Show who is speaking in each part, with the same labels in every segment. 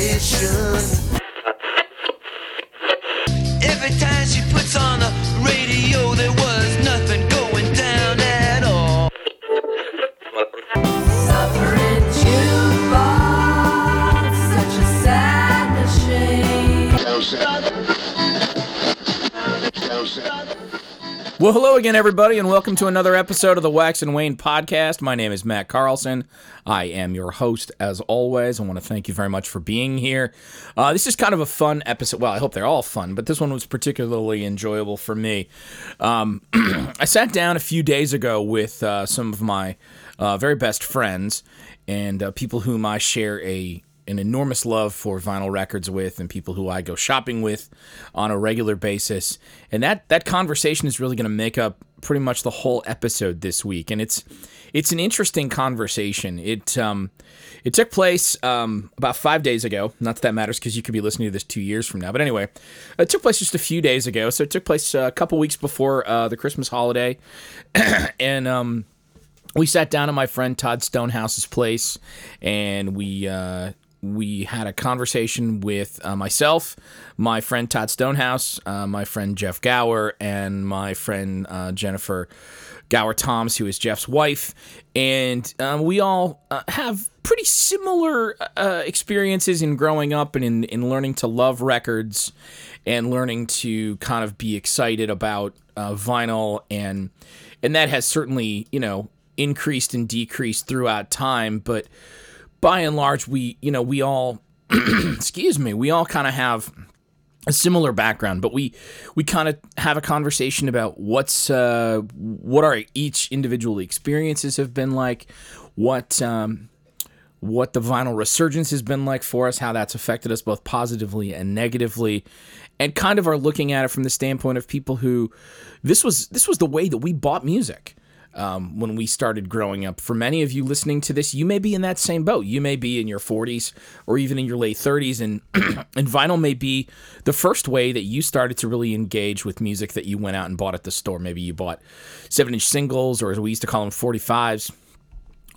Speaker 1: station. Every time she puts on the radio, there was nothing going down at all.
Speaker 2: Suffering jukebox, such a sad machine.
Speaker 3: Well, hello again, everybody, and welcome to another episode of the Wax and Wayne podcast. My name is Matt Carlson. I am your host, as always. I want to thank you very much for being here. Uh, this is kind of a fun episode. Well, I hope they're all fun, but this one was particularly enjoyable for me. Um, I sat down a few days ago with uh, some of my uh, very best friends and uh, people whom I share a an enormous love for vinyl records with and people who I go shopping with on a regular basis. And that that conversation is really going to make up pretty much the whole episode this week. And it's it's an interesting conversation. It um it took place um about 5 days ago. Not that that matters cuz you could be listening to this 2 years from now. But anyway, it took place just a few days ago. So it took place uh, a couple weeks before uh, the Christmas holiday. and um we sat down at my friend Todd Stonehouse's place, and we uh, we had a conversation with uh, myself, my friend Todd Stonehouse, uh, my friend Jeff Gower, and my friend uh, Jennifer Gower Toms, who is Jeff's wife, and um, we all uh, have pretty similar uh, experiences in growing up and in, in learning to love records and learning to kind of be excited about uh, vinyl and and that has certainly you know increased and decreased throughout time but by and large we you know we all excuse me we all kind of have a similar background but we we kind of have a conversation about what's uh what our each individual experiences have been like what um what the vinyl resurgence has been like for us, how that's affected us both positively and negatively, and kind of are looking at it from the standpoint of people who this was this was the way that we bought music um, when we started growing up. For many of you listening to this, you may be in that same boat. You may be in your 40s or even in your late 30s, and and vinyl may be the first way that you started to really engage with music that you went out and bought at the store. Maybe you bought seven inch singles, or as we used to call them, 45s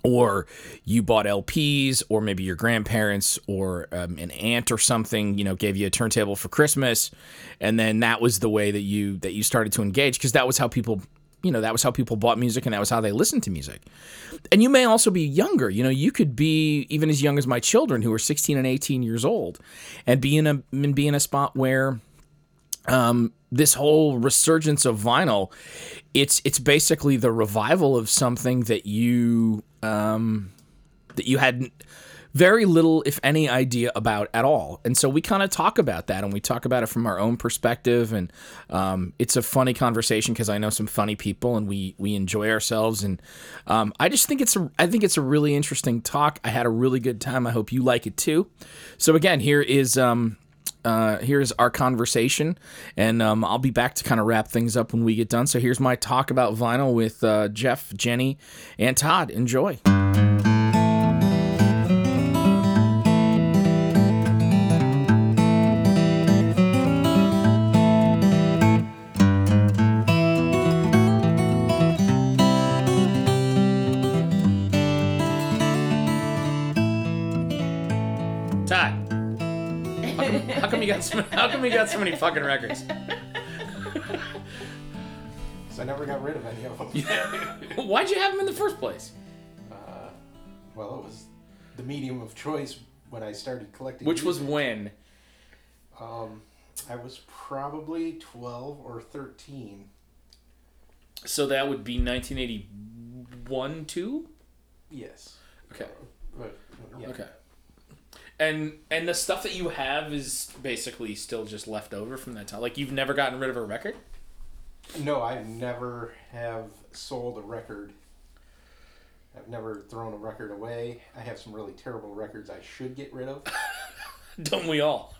Speaker 3: or you bought LPs, or maybe your grandparents or um, an aunt or something, you know, gave you a turntable for Christmas, and then that was the way that you that you started to engage because that was how people, you know, that was how people bought music and that was how they listened to music. And you may also be younger, you know, you could be even as young as my children who are 16 and 18 years old, and be in a and be in a spot where um, this whole resurgence of vinyl it's it's basically the revival of something that you um that you had very little if any idea about at all and so we kind of talk about that and we talk about it from our own perspective and um, it's a funny conversation because i know some funny people and we we enjoy ourselves and um, i just think it's a i think it's a really interesting talk i had a really good time i hope you like it too so again here is um uh, here's our conversation, and um, I'll be back to kind of wrap things up when we get done. So here's my talk about vinyl with uh, Jeff, Jenny, and Todd. Enjoy. Todd, how come you got so, how come you got so many fucking records?
Speaker 4: So I never got rid of any of them.
Speaker 3: Why'd you have them in the first place?
Speaker 4: well, it was the medium of choice when I started collecting.
Speaker 3: Which was
Speaker 4: music.
Speaker 3: when?
Speaker 4: I was probably twelve or thirteen.
Speaker 3: So that would be 1981, two.
Speaker 4: Yes.
Speaker 3: Okay.
Speaker 4: But, yeah.
Speaker 3: Okay. And and the stuff that you have is basically still just left over from that time. Like you've never gotten rid of a record.
Speaker 4: No, I've never have sold a record. I've never thrown a record away. I have some really terrible records I should get rid of,
Speaker 3: Don't we all?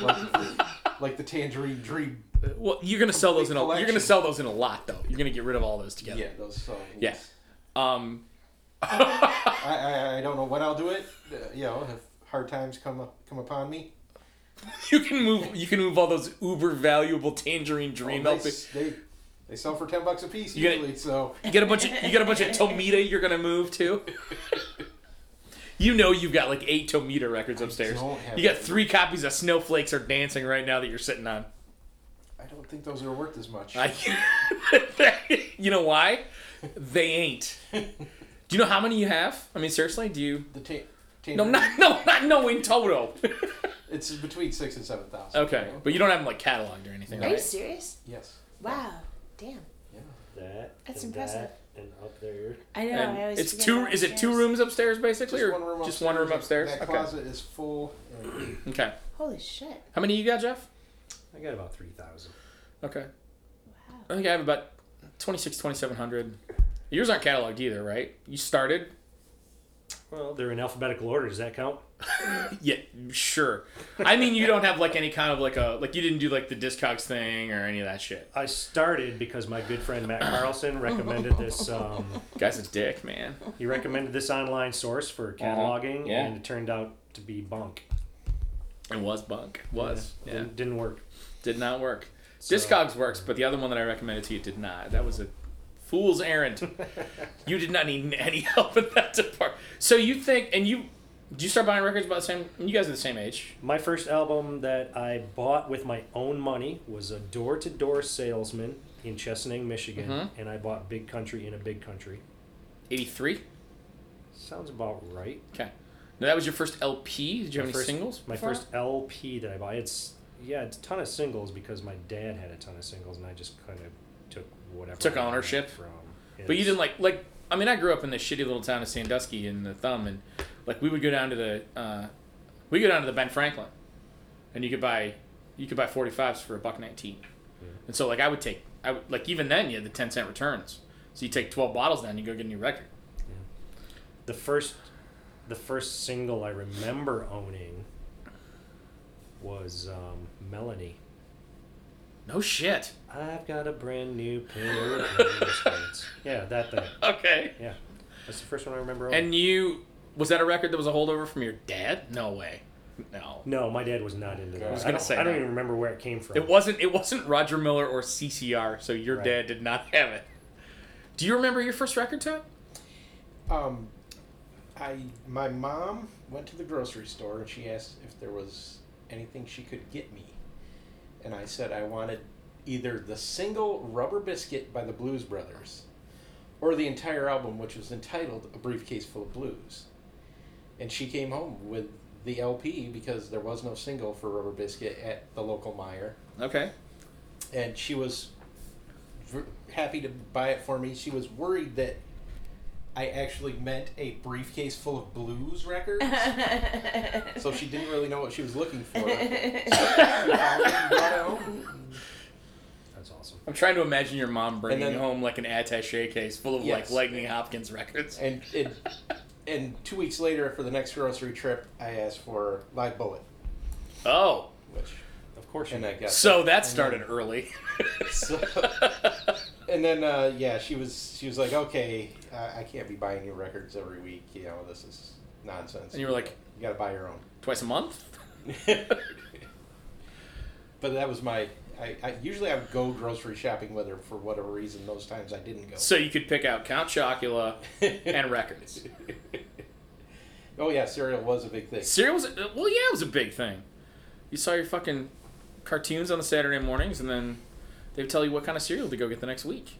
Speaker 4: like, like the Tangerine Dream.
Speaker 3: Well, you're gonna sell those in a you're gonna
Speaker 4: collection.
Speaker 3: sell those in a lot though. You're gonna get rid of all those together.
Speaker 4: Yeah, those songs.
Speaker 3: Yeah. Um.
Speaker 4: I, I, I don't know when I'll do it. Uh, you know, if hard times come up, come upon me.
Speaker 3: You can move. You can move all those uber valuable tangerine dream
Speaker 4: Well,
Speaker 3: LP.
Speaker 4: they, they, they sell for ten bucks a piece
Speaker 3: You get-
Speaker 4: usually, so
Speaker 3: You get a bunch of you get a bunch of Tomita. You're gonna move to. You know you've got like eight Tomita records upstairs.
Speaker 4: don't have
Speaker 3: You got
Speaker 4: any.
Speaker 3: three copies of Snowflakes Are Dancing right now that you're sitting on.
Speaker 4: I don't think those are worth as much.
Speaker 3: I, you know why? They ain't. Do you know how many you have? I mean, seriously, do you?
Speaker 4: the ta-
Speaker 3: No,
Speaker 4: Tamer,
Speaker 3: not no, not no in total.
Speaker 4: it's between six and seven thousand.
Speaker 3: okay, but you don't have them like cataloged or anything.
Speaker 4: No.
Speaker 2: Are you
Speaker 3: Right?
Speaker 2: serious?
Speaker 4: yes,
Speaker 2: Wow. Damn.
Speaker 5: That.
Speaker 2: That's
Speaker 5: and
Speaker 2: impressive.
Speaker 5: That, and up there.
Speaker 2: I know. I
Speaker 3: And
Speaker 2: always
Speaker 3: it's
Speaker 2: forget
Speaker 3: two.
Speaker 2: about
Speaker 3: Is it two
Speaker 2: upstairs.
Speaker 3: rooms upstairs, basically, or just one room upstairs?
Speaker 4: That
Speaker 3: okay.
Speaker 4: closet is full. And
Speaker 3: Okay.
Speaker 2: Holy shit.
Speaker 3: How many you got, Jeff?
Speaker 5: I got about 3,000.
Speaker 3: Okay. I think I have about 26, 2700. Yours aren't cataloged either, right? You started?
Speaker 5: Well, they're in alphabetical order. Does that count?
Speaker 3: Yeah, sure. I mean, you don't have like any kind of like a like you didn't do like the Discogs thing or any of that shit.
Speaker 5: I started because my good friend Matt Carlson recommended this. Um,
Speaker 3: Guy's a dick, man.
Speaker 5: he recommended this online source for cataloging,
Speaker 3: Uh-huh. Yeah.
Speaker 5: and it turned out to be bunk.
Speaker 3: It was bunk. It was. Yeah.
Speaker 5: Didn't, didn't work.
Speaker 3: Did not work. Discogs works, but the other one that I recommended to you did not. That was a fool's errand. you did not need any help in that department. So you think and you did you start buying records about the same you guys are the same age.
Speaker 5: My first album that I bought with my own money was a door to door salesman in Chesaning, Michigan,
Speaker 3: Mm-hmm.
Speaker 5: and I bought Big Country in a Big Country.
Speaker 3: Eighty three?
Speaker 5: Sounds about right.
Speaker 3: Okay. Now that was your first LP. Did you have
Speaker 5: My
Speaker 3: any
Speaker 5: first-
Speaker 3: singles?
Speaker 5: My
Speaker 3: before?
Speaker 5: first LP that I bought. It's yeah, it's a ton of singles because my dad had a ton of singles, and I just kind of took whatever.
Speaker 3: Took
Speaker 5: I got
Speaker 3: ownership?
Speaker 5: from.
Speaker 3: But you
Speaker 5: his-
Speaker 3: didn't like like I mean I grew up in this shitty little town of Sandusky in the Thumb and like we would go down to the uh, we go down to the Ben Franklin and you could buy you could buy 45s for a buck 19. And so like I would take I would, like even then you had the 10 cent returns. So you take 12 bottles down you go get a new record.
Speaker 5: the first the first single I remember owning was um, Melanie.
Speaker 3: No shit.
Speaker 5: I've got a brand new pair of underskirts. Yeah, that thing.
Speaker 3: Okay.
Speaker 5: Yeah, that's the first one I remember. Owning.
Speaker 3: And you was that a record that was a holdover from your dad? No way. No.
Speaker 5: no, my dad was not into that. I
Speaker 3: was gonna
Speaker 5: don't-
Speaker 3: say
Speaker 5: I don't
Speaker 3: that.
Speaker 5: even remember where it came from.
Speaker 3: It wasn't it wasn't Roger Miller or CCR, so your
Speaker 5: Right.
Speaker 3: dad did not have it. Do you remember your first record, Todd?
Speaker 4: um, I my mom went to the grocery store and she asked if there was anything she could get me, and I said I wanted either the single "Rubber Biscuit" by the Blues Brothers, or the entire album, which was entitled "A Briefcase Full of Blues," and she came home with the LP because there was no single for "Rubber Biscuit" at the local Meijer.
Speaker 3: Okay.
Speaker 4: and she was v- happy to buy it for me. She was worried that I actually meant a briefcase full of blues records, so she didn't really know what she was looking for. So she found it and brought it home.
Speaker 5: That's awesome.
Speaker 3: I'm trying to imagine your mom bringing
Speaker 4: And then-
Speaker 3: home like an attaché case full of like
Speaker 4: Yes.
Speaker 3: Lightning Hopkins records.
Speaker 4: And it, and two weeks later, for the next grocery trip, I asked for Live Bullet,
Speaker 3: Oh,
Speaker 4: which
Speaker 5: Of course, you
Speaker 4: and I got
Speaker 3: so that started early.
Speaker 4: So- and then uh, yeah, she was she was like, okay, uh, I can't be buying you records every week. You know, this is nonsense.
Speaker 3: And you were like-
Speaker 4: you gotta buy your own.
Speaker 3: Twice a month.
Speaker 4: But that was my. I, I usually I would go grocery shopping with her for whatever reason. Those times I didn't go.
Speaker 3: So you could pick out Count Chocula and records.
Speaker 4: oh yeah, cereal was a big thing.
Speaker 3: Cereal was well, yeah, it was a big thing. You saw your fucking cartoons on the Saturday mornings, and then they would tell you what kind of cereal to go get the next week.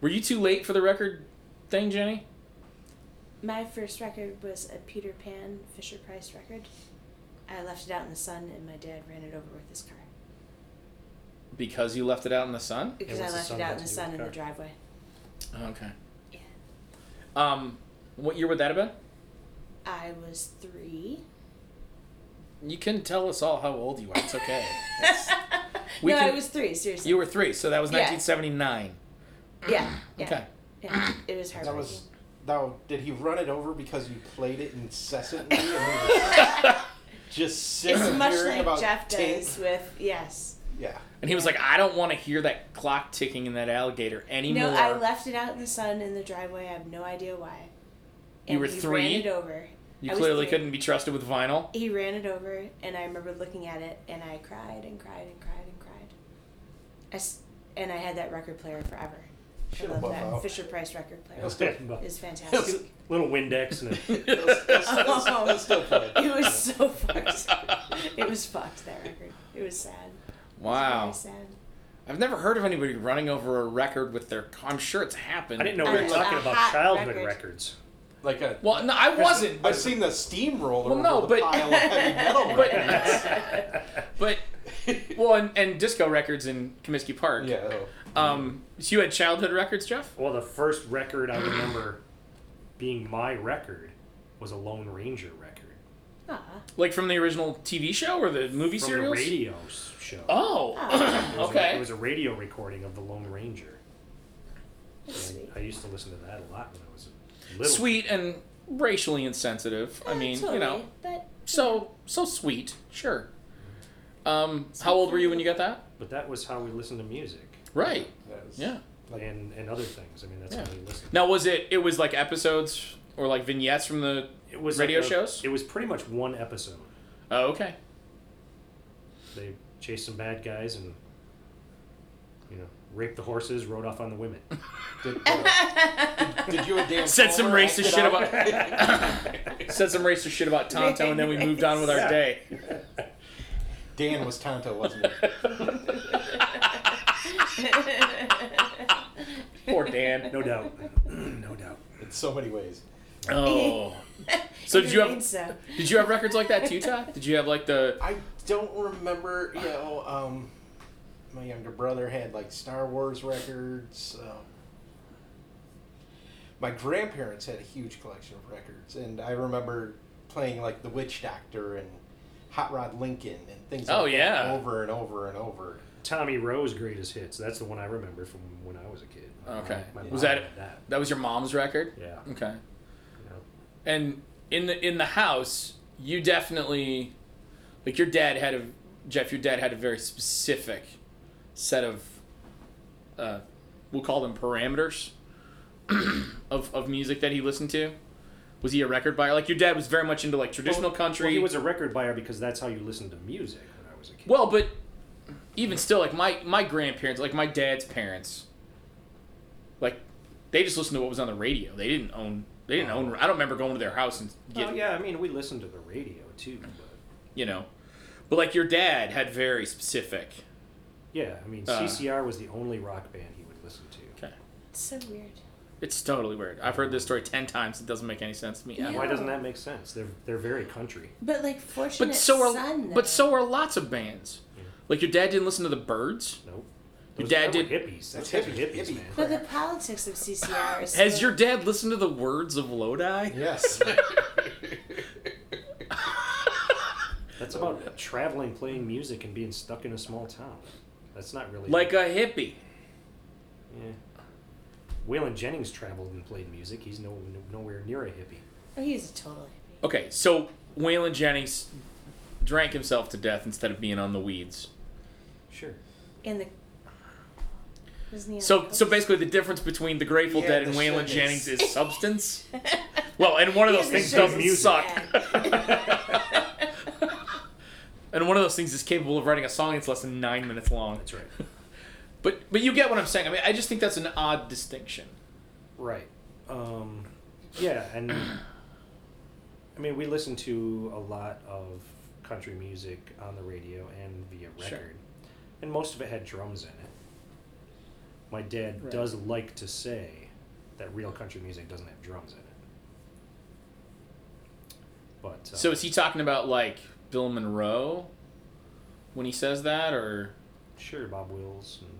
Speaker 3: Were you too late for the record thing, Jenny?
Speaker 2: My first record was a Peter Pan Fisher Price record. I left it out in the sun and my dad ran it over with his car.
Speaker 3: Because you left it out in the sun.
Speaker 2: Because I
Speaker 5: what's the
Speaker 2: left
Speaker 5: sun
Speaker 2: it out
Speaker 5: got
Speaker 2: in
Speaker 5: to
Speaker 2: the
Speaker 5: do
Speaker 2: sun
Speaker 5: with
Speaker 2: in
Speaker 5: car?
Speaker 2: the driveway.
Speaker 3: Okay.
Speaker 2: Yeah.
Speaker 3: Um, what year would that have been?
Speaker 2: I was three.
Speaker 3: You can tell us all how old you are. It's okay. It's- we
Speaker 2: no,
Speaker 3: can,
Speaker 2: I was three, seriously.
Speaker 3: You were three, so that was
Speaker 2: Yeah.
Speaker 3: 1979.
Speaker 2: yeah, yeah.
Speaker 3: Okay.
Speaker 2: yeah. It was
Speaker 4: that
Speaker 2: heartbreaking.
Speaker 4: was. Now, did he run it over because you played it incessantly? And he was just sick
Speaker 2: it's
Speaker 4: of
Speaker 2: much
Speaker 4: hearing
Speaker 2: like
Speaker 4: about
Speaker 2: Jeff
Speaker 4: tape?
Speaker 2: does with yes.
Speaker 4: Yeah.
Speaker 3: And he was like, I don't want to hear that clock ticking in that alligator anymore.
Speaker 2: No, I left it out in the sun in the driveway. I have no idea why.
Speaker 3: You
Speaker 2: And
Speaker 3: were
Speaker 2: he
Speaker 3: three?
Speaker 2: Ran it over.
Speaker 3: You
Speaker 2: I was
Speaker 3: clearly
Speaker 2: three.
Speaker 3: couldn't be trusted with vinyl.
Speaker 2: He ran it over, and I remember looking at it, and I cried and cried and cried and cried. I s- and I had that record player forever. I
Speaker 4: Shit'll
Speaker 2: love
Speaker 4: buff
Speaker 2: that
Speaker 4: out.
Speaker 2: Fisher Price record player.
Speaker 4: Let's do it.
Speaker 2: It's fantastic.
Speaker 5: Little Windex and a
Speaker 4: Let's- let's- let's- let's still play.
Speaker 2: it was so fucked. It was fucked. That record. It was sad. It
Speaker 3: Wow.
Speaker 2: was very sad.
Speaker 3: I've never heard of anybody running over a record with their. I'm sure it's happened.
Speaker 5: I didn't know we were
Speaker 2: And
Speaker 5: talking
Speaker 2: a
Speaker 5: about
Speaker 2: hot
Speaker 5: childhood
Speaker 2: record.
Speaker 5: records.
Speaker 4: Like a.
Speaker 3: Well, no, I wasn't.
Speaker 4: I've seen the steamroller
Speaker 3: Well, no,
Speaker 4: over
Speaker 3: but-
Speaker 4: the pile of heavy metal
Speaker 3: But-
Speaker 4: records.
Speaker 3: But well, and, and disco records in Comiskey Park.
Speaker 4: yeah. oh, that'll-
Speaker 3: Um. So you had childhood records, Jeff?
Speaker 5: Well, the first record I remember being my record was a Lone Ranger record
Speaker 2: Aw.
Speaker 3: Like from the original TV show or the movie
Speaker 5: from
Speaker 3: serials?
Speaker 5: the radio s- show.
Speaker 3: Oh.
Speaker 5: It was a-
Speaker 3: okay.
Speaker 5: it was a radio recording of the Lone Ranger.
Speaker 2: That's
Speaker 5: And
Speaker 2: sweet.
Speaker 5: I used to listen to that a lot when I was a little. Eh,
Speaker 3: sweet and racially insensitive. I
Speaker 2: Uh,
Speaker 3: mean,
Speaker 2: totally,
Speaker 3: you know,
Speaker 2: But
Speaker 3: so so sweet. Sure. Um. How old were you when you got that?
Speaker 5: But that was how we listened to music
Speaker 3: Right.
Speaker 4: that was-
Speaker 3: Yeah.
Speaker 4: Like-
Speaker 5: and and other things. I mean, that's
Speaker 3: Yeah.
Speaker 5: how we listened.
Speaker 3: Now was it? It was like episodes or like vignettes from the.
Speaker 5: It was
Speaker 3: radio
Speaker 5: a-
Speaker 3: shows?
Speaker 5: It was pretty much one episode.
Speaker 3: Oh, okay.
Speaker 5: They chased some bad guys and you know raped the horses, rode off on the women.
Speaker 4: Did, uh, did, did you and Dan
Speaker 3: Said some
Speaker 4: Palmer act
Speaker 3: racist
Speaker 4: it
Speaker 3: shit
Speaker 4: out?
Speaker 3: Said some racist shit about Tonto, and then we moved on with our day.
Speaker 4: Dan was Tonto, wasn't he?
Speaker 3: Poor Dan.
Speaker 5: No doubt. no doubt.
Speaker 4: In so many ways.
Speaker 3: Oh. So did you
Speaker 2: Agreed,
Speaker 3: have
Speaker 2: so.
Speaker 3: did you have records like that too, Todd? Did you have like the
Speaker 4: I don't remember, you know, um, my younger brother had like Star Wars records. Um, my grandparents had a huge collection of records, and I remember playing like The Witch Doctor and Hot Rod Lincoln and things
Speaker 3: Oh,
Speaker 4: like
Speaker 3: yeah.
Speaker 4: that over and over and over.
Speaker 5: Tommy Rowe's greatest hits. That's the one I remember from when I was a kid.
Speaker 3: Okay.
Speaker 5: My, my
Speaker 3: Was
Speaker 5: mom
Speaker 3: that- Hmm.
Speaker 5: had that?
Speaker 3: that was your mom's record?
Speaker 5: Yeah.
Speaker 3: Okay.
Speaker 5: you know.
Speaker 3: And in the in the house, you definitely like your dad had a Jeff. Your dad had a very specific set of uh, we'll call them parameters of of music that he listened to. Was he a record buyer? Like your dad was very much into like traditional country.
Speaker 5: Well, he was a record buyer because that's how you listened to music when I was a kid.
Speaker 3: Well, but even still, like my my grandparents, like my dad's parents, like they just listened to what was on the radio. They didn't own. They didn't
Speaker 5: Oh.
Speaker 3: own. I don't remember going to their house and
Speaker 5: Well,
Speaker 3: getting,
Speaker 5: Oh, yeah, I mean, we listened to the radio too. But
Speaker 3: you know. But like your dad had very specific.
Speaker 5: yeah, I mean,
Speaker 3: Uh.
Speaker 5: CCR was the only rock band he would listen to.
Speaker 3: Okay.
Speaker 2: It's so weird.
Speaker 3: It's totally weird. I've heard this story ten times. It doesn't make any sense to me.
Speaker 2: Yeah.
Speaker 5: Why doesn't that make sense? They're they're very country.
Speaker 2: But like fortunate
Speaker 3: But so are
Speaker 2: son. Though.
Speaker 3: but so are lots of bands. Like your dad didn't listen to the Birds.
Speaker 5: Nope.
Speaker 3: Your
Speaker 5: Those-
Speaker 3: dad
Speaker 5: they were
Speaker 3: did.
Speaker 5: hippies.
Speaker 4: That's
Speaker 5: That's hippie,
Speaker 4: hippie-
Speaker 5: hippies,
Speaker 4: hippie.
Speaker 5: man.
Speaker 2: But the politics of CCR is.
Speaker 3: Has
Speaker 2: so-
Speaker 3: your dad listened to the words of Lodi?
Speaker 4: Yes.
Speaker 5: That's about traveling, playing music, and being stuck in a small town. That's not really
Speaker 3: Like a hippie.
Speaker 5: Yeah. Waylon Jennings traveled and played music. He's no, nowhere near a hippie.
Speaker 2: Oh, he's a total hippie.
Speaker 3: Okay, so Waylon Jennings drank himself to death instead of being on the weeds.
Speaker 5: Sure.
Speaker 2: And the. Wasn't he on
Speaker 3: So,
Speaker 2: the
Speaker 3: so
Speaker 2: coast?
Speaker 3: basically, the difference between the Grateful
Speaker 4: Yeah,
Speaker 3: Dead
Speaker 4: the
Speaker 3: and Waylon
Speaker 4: shit is-
Speaker 3: Jennings is substance. well, and one of
Speaker 2: Yeah,
Speaker 3: those
Speaker 2: the
Speaker 3: things
Speaker 2: shit
Speaker 3: does
Speaker 2: is
Speaker 3: suck,
Speaker 2: sad.
Speaker 3: and one of those things is capable of writing a song that's less than nine minutes long.
Speaker 5: That's right.
Speaker 3: But, but you get what I'm saying. I mean, I just think that's an odd distinction.
Speaker 5: right. Um, yeah, and I mean, we listened to a lot of country music on the radio and via record,
Speaker 3: Sure.
Speaker 5: and most of it had drums in it. My dad
Speaker 3: Right.
Speaker 5: does like to say that real country music doesn't have drums in it. But uh,
Speaker 3: So, is he talking about like Bill Monroe when he says that, or
Speaker 5: Sure, Bob Wills and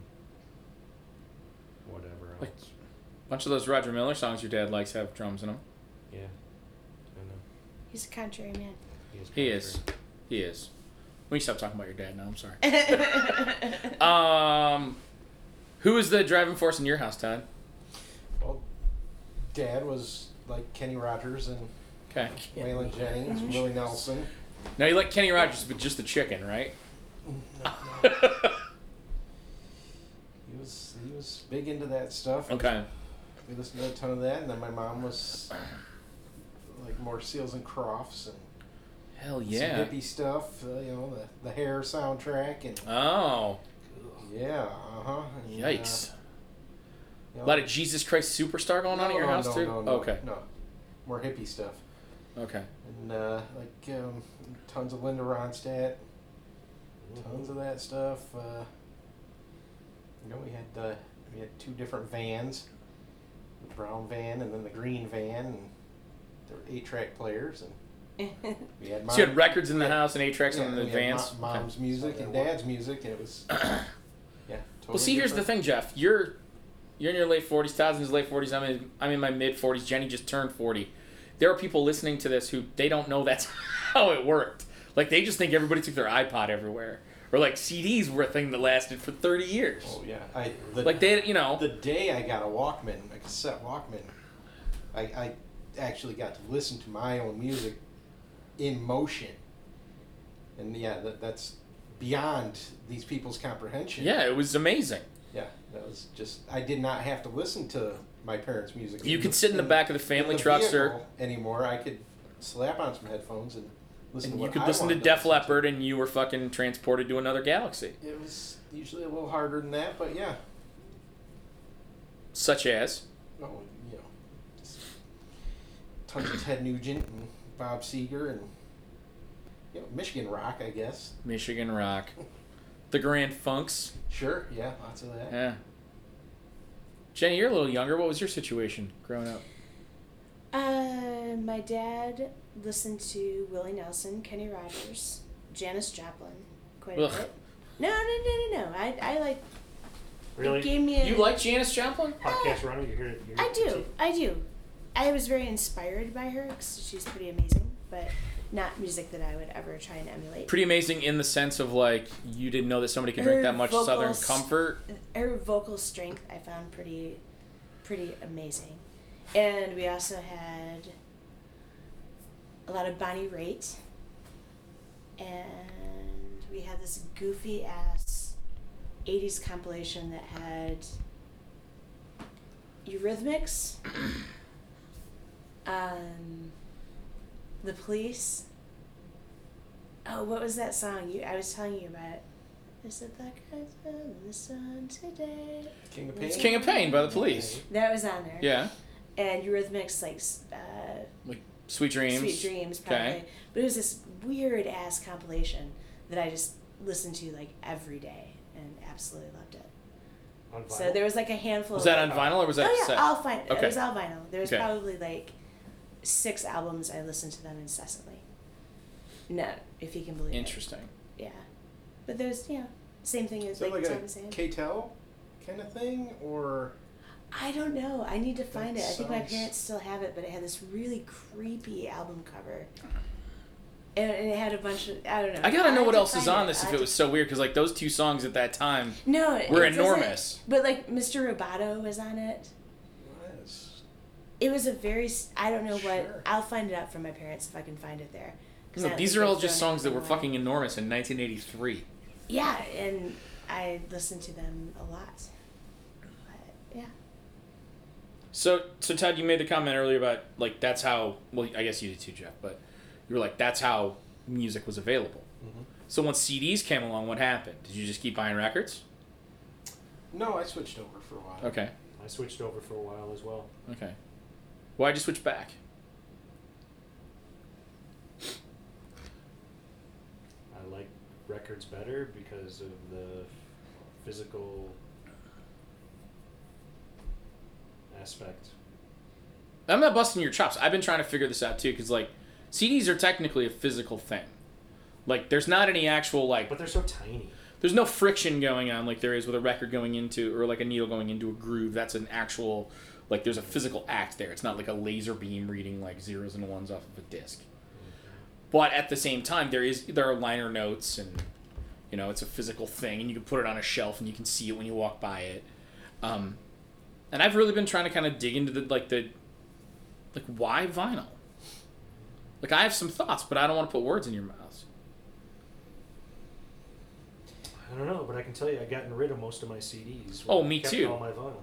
Speaker 5: whatever else.
Speaker 3: Like- a bunch of those Roger Miller songs your dad likes have drums in them?
Speaker 5: yeah, I know.
Speaker 2: He's a contrary man.
Speaker 3: He is. He is. We can stop talking about your dad now. I'm sorry. um, who is the driving force in your house, Todd?
Speaker 4: well, Dad was like Kenny Rogers and
Speaker 3: Okay.
Speaker 4: Waylon Jennings, Willie Nelson.
Speaker 3: Now you like Kenny Rogers, but just the chicken, right?
Speaker 4: No, no. He was he was big into that stuff.
Speaker 3: okay.
Speaker 4: We listened to a ton of that, and then my mom was like more Seals and Crofts and
Speaker 3: Hell
Speaker 4: some
Speaker 3: yeah.
Speaker 4: hippie stuff. Uh, you know, the, the Hair soundtrack and
Speaker 3: Oh,
Speaker 4: yeah, uh huh.
Speaker 3: yikes.
Speaker 4: Uh, you
Speaker 3: A
Speaker 4: know?
Speaker 3: lot of Jesus Christ superstar going on
Speaker 4: No,
Speaker 3: at your
Speaker 4: no,
Speaker 3: house
Speaker 4: no,
Speaker 3: too.
Speaker 4: no, no,
Speaker 3: okay,
Speaker 4: No, more hippie stuff,
Speaker 3: okay.
Speaker 4: and uh, like um, tons of Linda Ronstadt, tons of that stuff. Uh, you know, we had uh, we had two different vans, the brown van and then the green van, and there were eight track players, and we had
Speaker 3: So you had
Speaker 4: mom-
Speaker 3: records in the house and eight tracks in
Speaker 4: yeah,
Speaker 3: the
Speaker 4: we had mo-
Speaker 3: vans. Okay.
Speaker 4: mom's music and dad's music, and it was yeah. Totally
Speaker 3: Well, see, here's the
Speaker 4: different.
Speaker 3: thing, Jeff. You're you're in your late forties, thousands late forties. I'm in I'm in my mid forties. Jenny just turned forty. There are people listening to this who they don't know that's how it worked. Like they just think everybody took their iPod everywhere, or like CDs were a thing that lasted for thirty years.
Speaker 4: Oh yeah, I the,
Speaker 3: Like they, you know,
Speaker 4: the day I got a Walkman, a cassette Walkman, I, I actually got to listen to my own music in motion. And yeah, that, that's beyond these people's comprehension.
Speaker 3: yeah, it was amazing.
Speaker 4: Yeah, that was just, I did not have to listen to my parents' music.
Speaker 3: You could sit in the back of the family
Speaker 4: the
Speaker 3: trucks or-
Speaker 4: vehicle Anymore, I could slap on some headphones and listen
Speaker 3: And you
Speaker 4: to what
Speaker 3: could
Speaker 4: I
Speaker 3: listen to
Speaker 4: wanted
Speaker 3: Def Leppard, and you were fucking transported to another galaxy,
Speaker 4: It was usually a little harder than that, but yeah.
Speaker 3: such as
Speaker 4: Oh, you know, just tons of Ted Nugent and Bob Seger and you know Michigan rock, I guess.
Speaker 3: Michigan Rock, the Grand Funks.
Speaker 4: Sure, yeah, lots of that.
Speaker 3: Yeah. Jenny, you're a little younger. What was your situation growing up?
Speaker 2: Uh, my dad listened to Willie Nelson, Kenny Rogers, Janis Joplin quite
Speaker 3: Ugh.
Speaker 2: a bit. No, no, no, no, no. I, I like.
Speaker 5: Really?
Speaker 2: It gave me a,
Speaker 3: You like Janis Joplin?
Speaker 5: Podcast runner, you hear it. you hear
Speaker 2: I
Speaker 5: it
Speaker 2: do.
Speaker 5: too.
Speaker 2: I do. I was very inspired by her because she's pretty amazing, but not music that I would ever try and emulate.
Speaker 3: Pretty amazing in the sense of like you didn't know that somebody could drink
Speaker 2: Her
Speaker 3: that much Southern
Speaker 2: vocals.
Speaker 3: comfort.
Speaker 2: her vocal strength I found pretty pretty amazing. And we also had a lot of Bonnie Raitt. And we had this goofy ass 80s compilation that had Eurythmics, um, The Police. Oh, what was that song? You, I was telling you about it. Is it that guy's in the sun today?
Speaker 4: King of Pain.
Speaker 3: It's King of Pain by the Police.
Speaker 2: That was on there.
Speaker 3: Yeah,
Speaker 2: And Eurythmics, like, s- uh,
Speaker 3: like Sweet Dreams.
Speaker 2: Sweet Dreams, probably.
Speaker 3: Okay.
Speaker 2: But it was this weird ass compilation that I just listened to, like, every day and absolutely loved it.
Speaker 5: On
Speaker 2: So
Speaker 5: vinyl?
Speaker 2: there was, like, a handful of.
Speaker 3: Was that on vinyl or was that
Speaker 2: oh, yeah,
Speaker 3: cassette?
Speaker 2: all vinyl.
Speaker 3: Okay.
Speaker 2: It was all vinyl. There was
Speaker 3: Okay.
Speaker 2: probably, like, six albums. I listened to them incessantly. No, if you can believe
Speaker 3: Interesting.
Speaker 2: it. Yeah. But there's, yeah. Same thing as,
Speaker 4: Is that
Speaker 2: like,
Speaker 4: like
Speaker 2: Tom
Speaker 4: a
Speaker 2: Sand.
Speaker 4: KTEL kind of thing, or
Speaker 2: I don't know. I need to find
Speaker 4: That
Speaker 2: it. I think my
Speaker 4: sounds-
Speaker 2: parents still have it, but it had this really creepy album cover. And and it had a bunch of I don't know.
Speaker 3: I gotta know
Speaker 2: I'll
Speaker 3: what
Speaker 2: have
Speaker 3: else
Speaker 2: to
Speaker 3: is
Speaker 2: find
Speaker 3: on this
Speaker 2: I'll
Speaker 3: if
Speaker 2: have
Speaker 3: it
Speaker 2: to-
Speaker 3: was so weird because like those two songs at that time
Speaker 2: No, it-
Speaker 3: were
Speaker 2: it doesn't-
Speaker 3: enormous.
Speaker 2: But like Mr. Roboto was on it.
Speaker 4: what is-
Speaker 2: It was a very s- I don't know what
Speaker 4: Sure.
Speaker 2: I'll find it out from my parents if I can find it there. 'Cause I
Speaker 3: No,
Speaker 2: don't
Speaker 3: these
Speaker 2: think
Speaker 3: are all
Speaker 2: they've
Speaker 3: just
Speaker 2: done it
Speaker 3: songs that
Speaker 2: in a
Speaker 3: were
Speaker 2: while.
Speaker 3: fucking enormous in 1983.
Speaker 2: Yeah, and I listened to them a lot. But, yeah.
Speaker 3: So, so Todd, you made the comment earlier about like that's how. Well, I guess you did too, Jeff. But you were like, that's how music was available. So once CDs came along, what happened? Did you just keep buying records?
Speaker 4: No, I switched over for a while.
Speaker 3: Okay,
Speaker 5: I switched over for a while as well.
Speaker 3: okay. Why'd you switch back?
Speaker 5: I like records better because of the physical aspect.
Speaker 3: I'm not busting your chops. I've been trying to figure this out too, because like CDs are technically a physical thing. Like, there's not any actual like,
Speaker 5: But they're so tiny.
Speaker 3: there's no friction going on like there is with a record going into or like a needle going into a groove. That's an actual, like, there's a physical act there. It's not like a laser beam reading like zeros and ones off of a disc. But at the same time, there is there are liner notes and you know it's a physical thing, and you can put it on a shelf and you can see it when you walk by it. Um, and I've really been trying to kind of dig into the like the like why vinyl. Like I have some thoughts, but I don't want to put words in your mouths.
Speaker 5: I don't know, but I can tell you, I've gotten rid of most of my CDs.
Speaker 3: Oh,
Speaker 5: I
Speaker 3: me
Speaker 5: kept
Speaker 3: too.
Speaker 5: All my vinyl.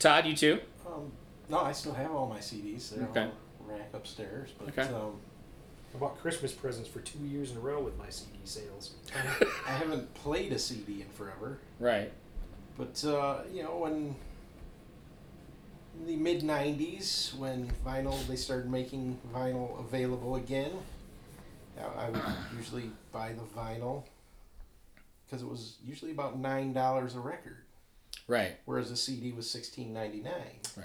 Speaker 3: Todd, you too.
Speaker 4: Um, no, I still have all my CDs. They're
Speaker 3: Okay.
Speaker 4: all rack upstairs, but
Speaker 3: Okay.
Speaker 4: um,
Speaker 5: I bought Christmas presents for two years in a row with my CD sales.
Speaker 4: I haven't played a CD in forever.
Speaker 3: Right.
Speaker 4: But uh, you know, when in the mid 90s when vinyl they started making vinyl available again Now, i would usually buy the vinyl because it was usually about nine dollars a record
Speaker 3: Right.
Speaker 4: whereas the cd was 16.99
Speaker 5: Yeah.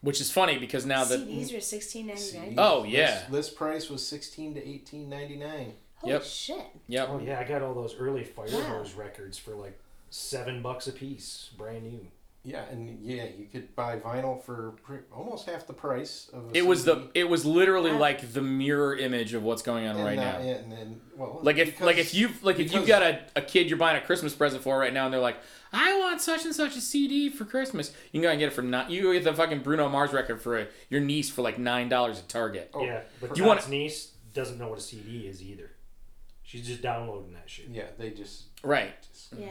Speaker 3: Which is funny because now that Mm.
Speaker 2: CDs were sixteen ninety
Speaker 4: CDs,
Speaker 2: nine.
Speaker 3: Oh, yeah.
Speaker 4: list, list price was 16 to 18.99
Speaker 2: Holy
Speaker 3: Yep.
Speaker 2: shit!
Speaker 3: yep.
Speaker 5: Oh yeah, I got all those early Firehose
Speaker 2: Wow.
Speaker 5: records for like seven bucks a piece, brand new.
Speaker 4: yeah and yeah you could buy vinyl for pre- almost half the price of a
Speaker 3: It was the
Speaker 4: CD.
Speaker 3: it was literally
Speaker 2: Wow.
Speaker 3: like the mirror image of what's going on
Speaker 4: and
Speaker 3: right
Speaker 4: that-
Speaker 3: now.
Speaker 4: and then well
Speaker 3: Like if like
Speaker 4: because-
Speaker 3: if you like if you've
Speaker 4: because-
Speaker 3: got a, a kid you're buying a Christmas present for right now and they're like, I want such and such a CD for Christmas, you can go and get it for not you can get the fucking Bruno Mars record for a, your niece for like nine dollars at Target.
Speaker 4: Oh,
Speaker 5: yeah, but
Speaker 3: You
Speaker 5: you
Speaker 3: wanna-
Speaker 5: niece doesn't know what a CD is either. She's just downloading that shit.
Speaker 4: yeah they just
Speaker 3: Right.
Speaker 2: Yeah,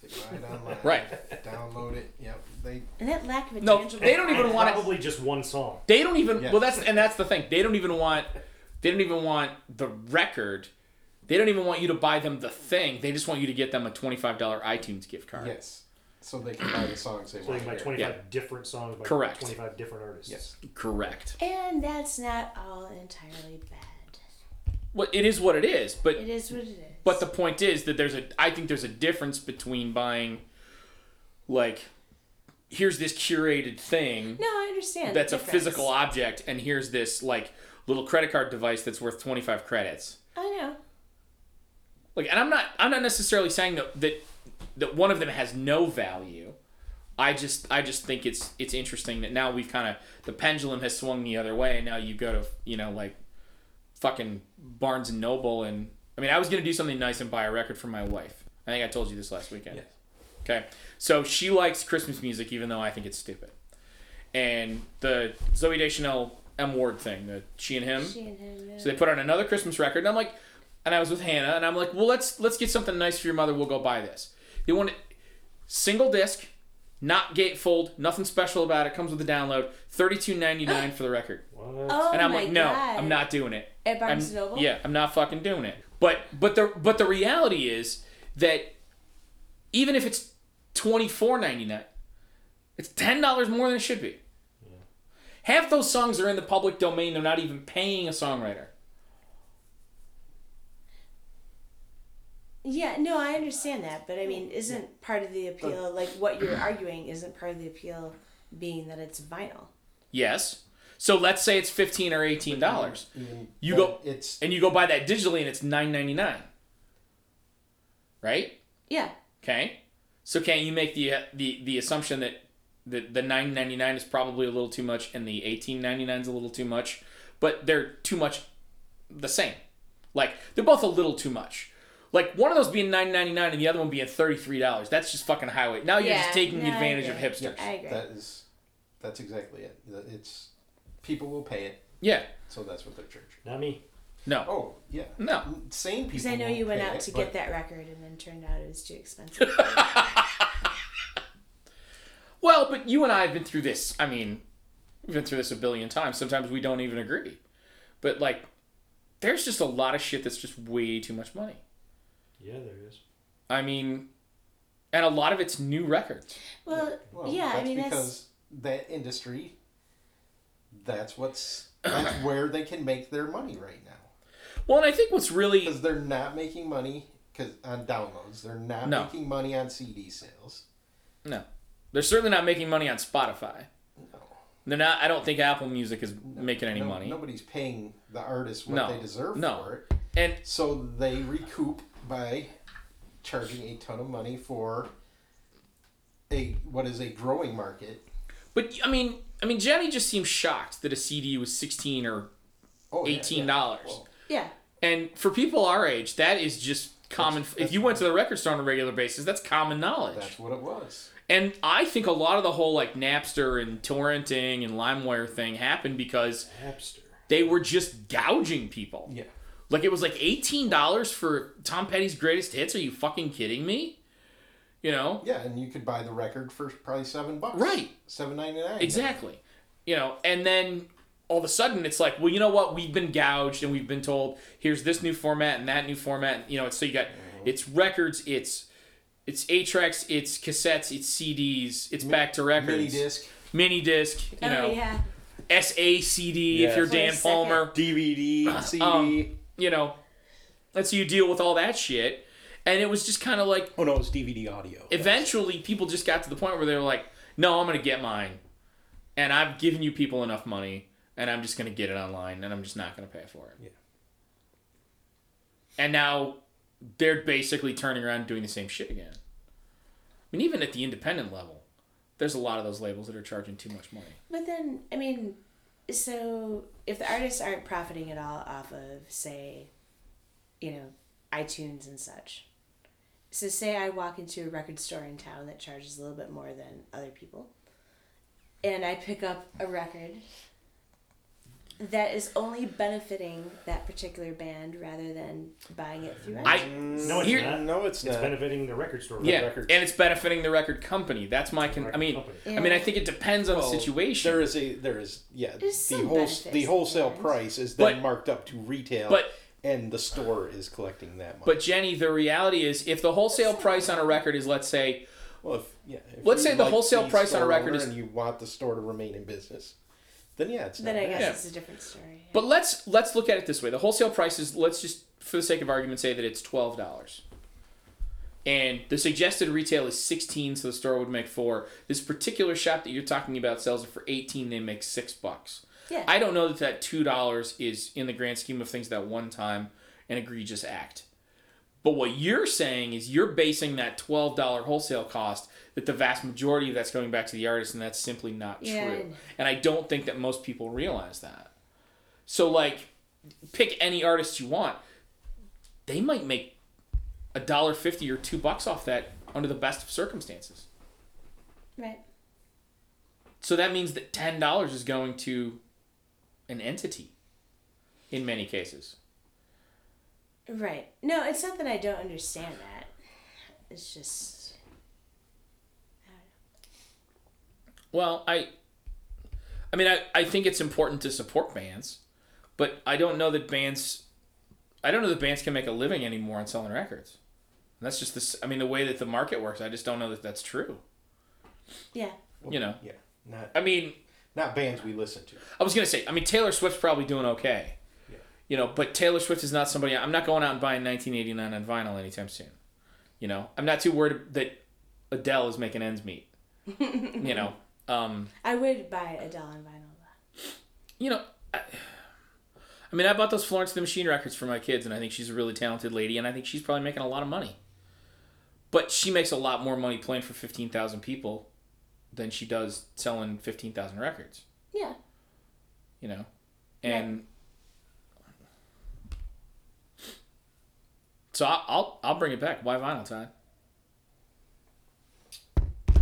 Speaker 4: They buy it online.
Speaker 3: Right.
Speaker 4: Download it. Yep. They
Speaker 2: and that lack of a
Speaker 3: No,
Speaker 2: tangible.
Speaker 3: they don't
Speaker 5: And
Speaker 3: even wanna-
Speaker 5: probably just one song.
Speaker 3: They don't even
Speaker 4: Yeah.
Speaker 3: well that's and that's the thing. They don't even want they don't even want the record. They don't even want you to buy them the thing. They just want you to get them a twenty five dollar iTunes gift card.
Speaker 4: yes. So they can buy the songs they
Speaker 5: So they
Speaker 4: want.
Speaker 5: can buy
Speaker 4: to hear.
Speaker 5: 25 different songs by
Speaker 3: Correct.
Speaker 5: 25 different artists.
Speaker 4: Yes.
Speaker 3: Correct.
Speaker 2: And that's not all entirely bad.
Speaker 3: Well, it is what it is, but
Speaker 2: It is what it is.
Speaker 3: But the point is that there's a I think there's a difference between buying like here's this curated thing
Speaker 2: no, I understand. the
Speaker 3: that's a
Speaker 2: difference.
Speaker 3: physical object and here's this like little credit card device that's worth 25 credits.
Speaker 2: I know.
Speaker 3: Like and I'm not I'm not necessarily saying that that, that one of them has no value. I just I just think it's it's interesting that now we've kind of the pendulum has swung the other way and now you go to you know like fucking Barnes and Noble and I mean I was gonna do something nice and buy a record for my wife. I think I told you this last weekend.
Speaker 4: Yes.
Speaker 3: Okay, so she likes Christmas music even though I think it's stupid. And the Zoe Deschanel M Ward thing, the she and him.
Speaker 2: She and him. yeah.
Speaker 3: So they put on another Christmas record, and I'm like, and I was with Hannah, and I'm like, well, let's let's get something nice for your mother. We'll go buy this. They want it single disc, not gatefold, nothing special about it. Comes with a download, thirty two ninety nine for the record.
Speaker 5: What?
Speaker 2: oh
Speaker 3: And I'm
Speaker 2: my
Speaker 3: like, no,
Speaker 2: God.
Speaker 3: I'm not doing it.
Speaker 2: At Barnes
Speaker 3: I'm-
Speaker 2: and Noble.
Speaker 3: Yeah, I'm not fucking doing it. But but the but the reality is that even if it's twenty four ninety nine, it's ten dollars more than it should be. Half those songs are in the public domain. They're not even paying a songwriter.
Speaker 2: Yeah, no, I understand that,
Speaker 3: Hmm.
Speaker 2: but I mean, isn't part of the appeal like what you're arguing? Isn't part of the appeal being that it's vinyl?
Speaker 3: Yes. So let's say it's fifteen or eighteen dollars,
Speaker 4: Even-
Speaker 3: You
Speaker 4: but
Speaker 3: go-
Speaker 4: It's
Speaker 3: and you go buy that digitally, and it's nine ninety nine. Right.
Speaker 2: Yeah,
Speaker 3: Okay. So can you make the uh, the the assumption that the the nine ninety nine is probably a little too much and the eighteen ninety nine is a little too much, but they're too much the same. Like they're both a little too much. Like one of those being nine ninety nine and the other one being thirty three dollars. That's just fucking highway. Now Oh, you're
Speaker 2: Yeah,
Speaker 3: just taking
Speaker 2: no, I
Speaker 3: advantage of
Speaker 2: agree.
Speaker 3: hipsters.
Speaker 2: I agree.
Speaker 4: that is that's exactly it. The- It's people will pay it,
Speaker 3: Yeah.
Speaker 4: so that's what they're charging.
Speaker 5: Not me.
Speaker 3: No.
Speaker 4: Oh yeah.
Speaker 3: No.
Speaker 4: Same people.
Speaker 2: because I know
Speaker 4: won't
Speaker 2: you went
Speaker 4: pay
Speaker 2: out
Speaker 4: it,
Speaker 2: to
Speaker 4: but
Speaker 2: get that record and then turned out it was too expensive.
Speaker 3: Well, but you and I have been through this. I mean, we've been through this a billion times. Sometimes we don't even agree. But like there's just a lot of shit that's just way too much money.
Speaker 5: Yeah, there is.
Speaker 3: I mean, and a lot of it's new records.
Speaker 2: well,
Speaker 4: Well,
Speaker 2: yeah,
Speaker 4: that's
Speaker 2: I mean that's
Speaker 4: because that industry. That's what's that's where they can make their money right now.
Speaker 3: Well, and I think what's really
Speaker 4: because they're not making money 'cause- on downloads. They're not
Speaker 3: No.
Speaker 4: making money on CD sales.
Speaker 3: no, they're certainly not making money on Spotify.
Speaker 4: No.
Speaker 3: They're not. I don't think Apple Music is making any
Speaker 4: No-
Speaker 3: money.
Speaker 4: Nobody's paying the artists what
Speaker 3: No.
Speaker 4: they deserve
Speaker 3: No.
Speaker 4: for it.
Speaker 3: And
Speaker 4: So they recoup by charging a ton of money for a what is a growing market.
Speaker 3: but I mean, I mean, Jenny just seems shocked that a CD was sixteen or
Speaker 4: Oh, yeah, yeah.
Speaker 3: eighteen dollars.
Speaker 4: Well,
Speaker 2: yeah.
Speaker 3: And for people our age, that is just common. if you went to the record store on a regular basis, that's common knowledge.
Speaker 4: that's what it was.
Speaker 3: And I think a lot of the whole like Napster and torrenting and LimeWire thing happened because
Speaker 5: Napster.
Speaker 3: they were just gouging people.
Speaker 4: Yeah.
Speaker 3: Like it was like eighteen dollars for Tom Petty's greatest hits. Are you fucking kidding me? You know
Speaker 4: Yeah, and you could buy the record for probably seven bucks.
Speaker 3: Right.
Speaker 4: Seven ninety nine.
Speaker 3: exactly. You know, and then all of a sudden it's like, well, you know what? We've been gouged and we've been told here's this new format and that new format. You know, so you got
Speaker 4: Mm-hmm.
Speaker 3: it's records, it's it's A tracks, it's cassettes, it's CDs, it's back to records,
Speaker 4: Mini disc.
Speaker 3: mini disc, you
Speaker 2: oh
Speaker 3: know,
Speaker 2: yeah.
Speaker 3: SACD if
Speaker 4: Yeah.
Speaker 3: you're
Speaker 2: Wait a
Speaker 3: Dan
Speaker 2: second.
Speaker 3: Palmer,
Speaker 4: DVD, CD.
Speaker 3: Um, you know. That's how you deal with all that shit. And it was just kind of like
Speaker 4: oh no, it's DVD audio.
Speaker 3: eventually people just got to the point where they were like, "No, I'm going to get mine." And I've given you people enough money and I'm just going to get it online and I'm just not going to pay for it.
Speaker 4: Yeah.
Speaker 3: And now they're basically turning around and doing the same shit again. I mean, even at the independent level, there's a lot of those labels that are charging too much money.
Speaker 2: But then, I mean, so if the artists aren't profiting at all off of, say, you know, iTunes and such, so say I walk into a record store in town that charges a little bit more than other people, and I pick up a record that is only benefiting that particular band rather than buying it through
Speaker 3: I
Speaker 2: iTunes.
Speaker 5: No, it's
Speaker 3: Here-
Speaker 5: not.
Speaker 4: No, Mm, it's,
Speaker 5: It's
Speaker 4: not.
Speaker 5: benefiting the record store.
Speaker 3: yeah,
Speaker 4: record-
Speaker 3: and it's benefiting the record company. That's my con- I
Speaker 5: Record
Speaker 3: mean,
Speaker 5: company.
Speaker 3: I mean, I think it depends on
Speaker 4: Well,
Speaker 3: the situation.
Speaker 4: There is a there is yeah
Speaker 2: There's
Speaker 4: the
Speaker 2: some
Speaker 4: whole
Speaker 2: benefits
Speaker 4: the
Speaker 2: to
Speaker 4: wholesale
Speaker 2: that.
Speaker 4: price is then
Speaker 3: But-
Speaker 4: marked up to retail,
Speaker 3: but-
Speaker 4: and the store is collecting that money.
Speaker 3: but Jenny, the reality is, if the wholesale price on a record is, let's say,
Speaker 4: well, if, yeah, if
Speaker 3: Let's
Speaker 4: you
Speaker 3: say the wholesale price on a
Speaker 4: store
Speaker 3: record
Speaker 4: owner
Speaker 3: is-
Speaker 4: and you want the store to remain in business, then yeah, it's
Speaker 2: Then
Speaker 4: not
Speaker 2: I guess
Speaker 4: bad.
Speaker 2: it's a different story.
Speaker 3: but let's let's look at it this way: the wholesale price is, let's just for the sake of argument, say that it's twelve dollars, and the suggested retail is sixteen, so the store would make four. This particular shop that you're talking about sells it for eighteen; they make six bucks.
Speaker 2: yeah.
Speaker 3: I don't know that that two dollars is in the grand scheme of things that one time an egregious act. But what you're saying is you're basing that twelve dollar wholesale cost that the vast majority of that's going back to the artist, and that's simply not
Speaker 2: Yeah, I
Speaker 3: true.
Speaker 2: know.
Speaker 3: And I don't think that most people realize that. So like, pick any artist you want. They might make a dollar fifty or two bucks off that under the best of circumstances.
Speaker 2: right.
Speaker 3: So that means that ten dollars is going to an entity in many cases.
Speaker 2: Right. No, it's not that I don't understand that. It's just
Speaker 3: Well, I I mean I, I think it's important to support bands, but I don't know that bands I don't know that bands can make a living anymore on selling records. And that's just this I mean the way that the market works, I just don't know that that's true.
Speaker 2: yeah.
Speaker 3: You know.
Speaker 4: yeah, not
Speaker 3: I mean,
Speaker 4: not bands we listen to.
Speaker 3: I was gonna say, I mean, Taylor Swift's probably doing okay. You know, but Taylor Swift is not somebody I'm not going out and buying 1989 on vinyl anytime soon. You know, I'm not too worried that Adele is making ends meet. you know, um,
Speaker 2: I would buy Adele on vinyl. though.
Speaker 3: you know, I, I mean, I bought those Florence and the Machine records for my kids, and I think she's a really talented lady, and I think she's probably making a lot of money. But she makes a lot more money playing for 15,000 people than she does selling 15,000 records.
Speaker 2: Yeah.
Speaker 3: you know and so I- I'll I'll bring it back why vinyl Todd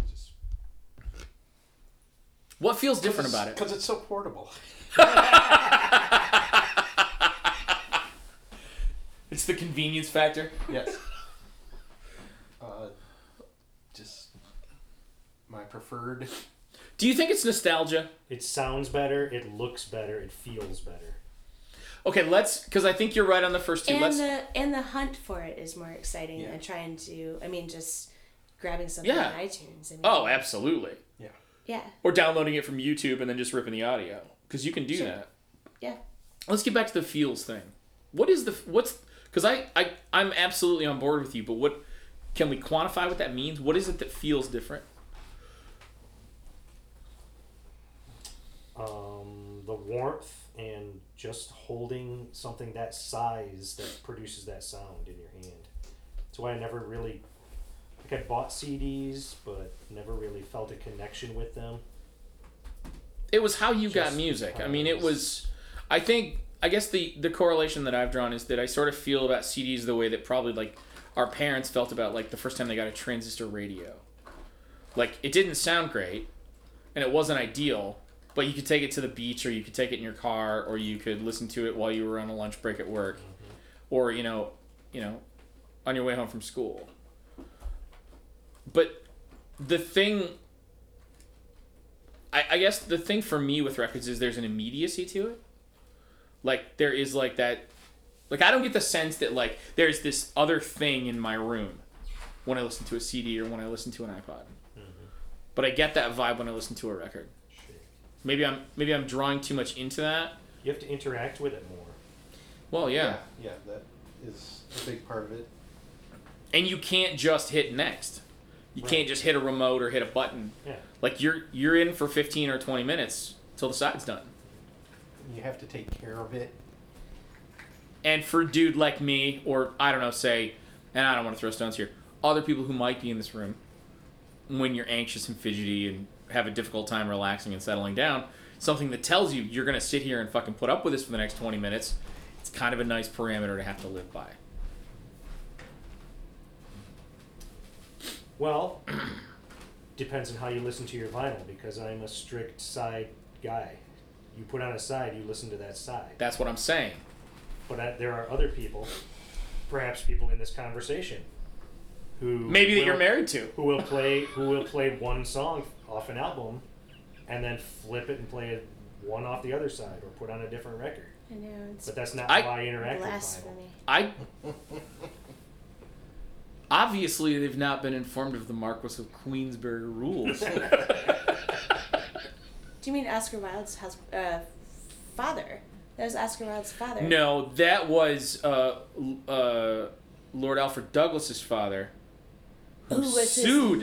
Speaker 4: Just-
Speaker 3: what feels different about it
Speaker 4: because it's so portable.
Speaker 3: it's the convenience factor
Speaker 4: Yes. uh, just my preferred.
Speaker 3: do you think it's nostalgia
Speaker 5: It sounds better. It looks better. It feels better.
Speaker 3: okay let's because I think you're right on the first two
Speaker 2: And
Speaker 3: let's
Speaker 2: the and the hunt for it is more exciting
Speaker 4: Yeah.
Speaker 2: than trying to. I mean, just grabbing something
Speaker 3: Yeah.
Speaker 2: on iTunes. I mean,
Speaker 3: oh absolutely
Speaker 4: Yeah.
Speaker 2: yeah,
Speaker 3: or downloading it from YouTube and then just ripping the audio because you can do that
Speaker 2: yeah.
Speaker 3: let's get back to the feels thing what is the what's because I, I i'm absolutely on board with you but what can we quantify what that means what is it that feels different
Speaker 5: Um, the warmth and just holding something that size that produces that sound in your hand. That's why I never really like I bought CDs, but never really felt a connection with them.
Speaker 3: it was how you got
Speaker 5: Just
Speaker 3: music.
Speaker 5: how
Speaker 3: I mean,
Speaker 5: it
Speaker 3: it was. I think. I guess the the correlation that I've drawn is that I sort of feel about CDs the way that probably like our parents felt about like the first time they got a transistor radio. Like it didn't sound great, and it wasn't ideal, but you could take it to the beach, or you could take it in your car, or you could listen to it while you were on a lunch break at work, or you know, you know, on your way home from school. But the thing I, I guess the thing for me with records is there's an immediacy to it. Like there is like that like I don't get the sense that like there's this other thing in my room when I listen to a CD or when I listen to an iPod. But I get that vibe when I listen to a record. Maybe I'm maybe I'm drawing too much into that.
Speaker 5: You have to interact with it more.
Speaker 3: Well, yeah.
Speaker 4: Yeah, that is a big part of it.
Speaker 3: And you can't just hit next. You can't just hit a remote or hit a button.
Speaker 5: Yeah.
Speaker 3: Like you're you're in for 15 or 20 minutes till the side's done.
Speaker 4: You have to take care of it.
Speaker 3: And for a dude like me, or I don't know, say, and I don't want to throw stones here, other people who might be in this room, when you're anxious and fidgety and have a difficult time relaxing and settling down, something that tells you you're going to sit here and fucking put up with this for the next 20 minutes, it's kind of a nice parameter to have to live by.
Speaker 5: Well, depends on how you listen to your vinyl because I'm a strict side guy. You put on a side, you listen to that side.
Speaker 3: That's what I'm saying.
Speaker 5: But I, there are other people, perhaps people in this conversation, who
Speaker 3: Maybe that
Speaker 5: will-
Speaker 3: you're married to.
Speaker 5: who will play who will play one song off an album, and then flip it and play it one off the other side or put on a different record.
Speaker 2: I know it's
Speaker 5: But that's not
Speaker 3: I-
Speaker 5: how I interact with vinyl.
Speaker 2: blasphemy.
Speaker 3: I obviously they've not been informed of the Marquis of Queensberry rules.
Speaker 2: Do you mean Oscar Wilde's hus- uh, father? That was Oscar Wilde's father.
Speaker 3: no, that was uh, l- uh, Lord Alfred Douglas's father
Speaker 2: who
Speaker 3: who
Speaker 2: was his-
Speaker 3: sued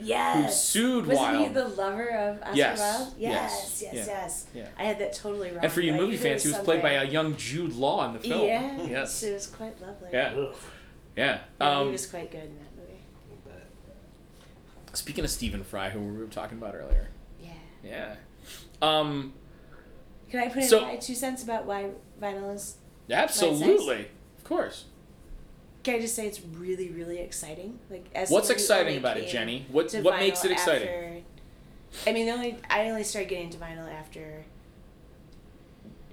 Speaker 3: who
Speaker 2: yes.
Speaker 3: sued
Speaker 2: Wasn't
Speaker 3: Wilde.
Speaker 2: he the lover of Oscar
Speaker 3: Yes.
Speaker 2: Wilde?
Speaker 3: Yes.
Speaker 2: Yes, yes, yes.
Speaker 3: Yeah. Yeah.
Speaker 2: I had that totally wrong.
Speaker 3: and for you
Speaker 2: Like,
Speaker 3: movie
Speaker 2: there
Speaker 3: fans, he was played by
Speaker 2: something-
Speaker 3: a young Jude Law in the film.
Speaker 2: Yeah,
Speaker 3: Yes.
Speaker 2: it was quite lovely.
Speaker 3: Yeah.
Speaker 5: Ugh,
Speaker 3: Yeah.
Speaker 2: Yeah, he
Speaker 3: Um,
Speaker 2: was quite good in that movie.
Speaker 5: but
Speaker 3: speaking of Stephen Fry, who we were talking about earlier.
Speaker 2: Yeah.
Speaker 3: Yeah. Um,
Speaker 2: Can I put in
Speaker 3: So-
Speaker 2: my two cents about why vinyl is?
Speaker 3: absolutely. Of course.
Speaker 2: Can I just say it's really, really exciting? Like, as
Speaker 3: What's
Speaker 2: someone who
Speaker 3: exciting
Speaker 2: only
Speaker 3: about it,
Speaker 2: came
Speaker 3: Jenny? What
Speaker 2: E to
Speaker 3: what makes
Speaker 2: vinyl
Speaker 3: it exciting?
Speaker 2: after- I mean, the only I only started getting into vinyl after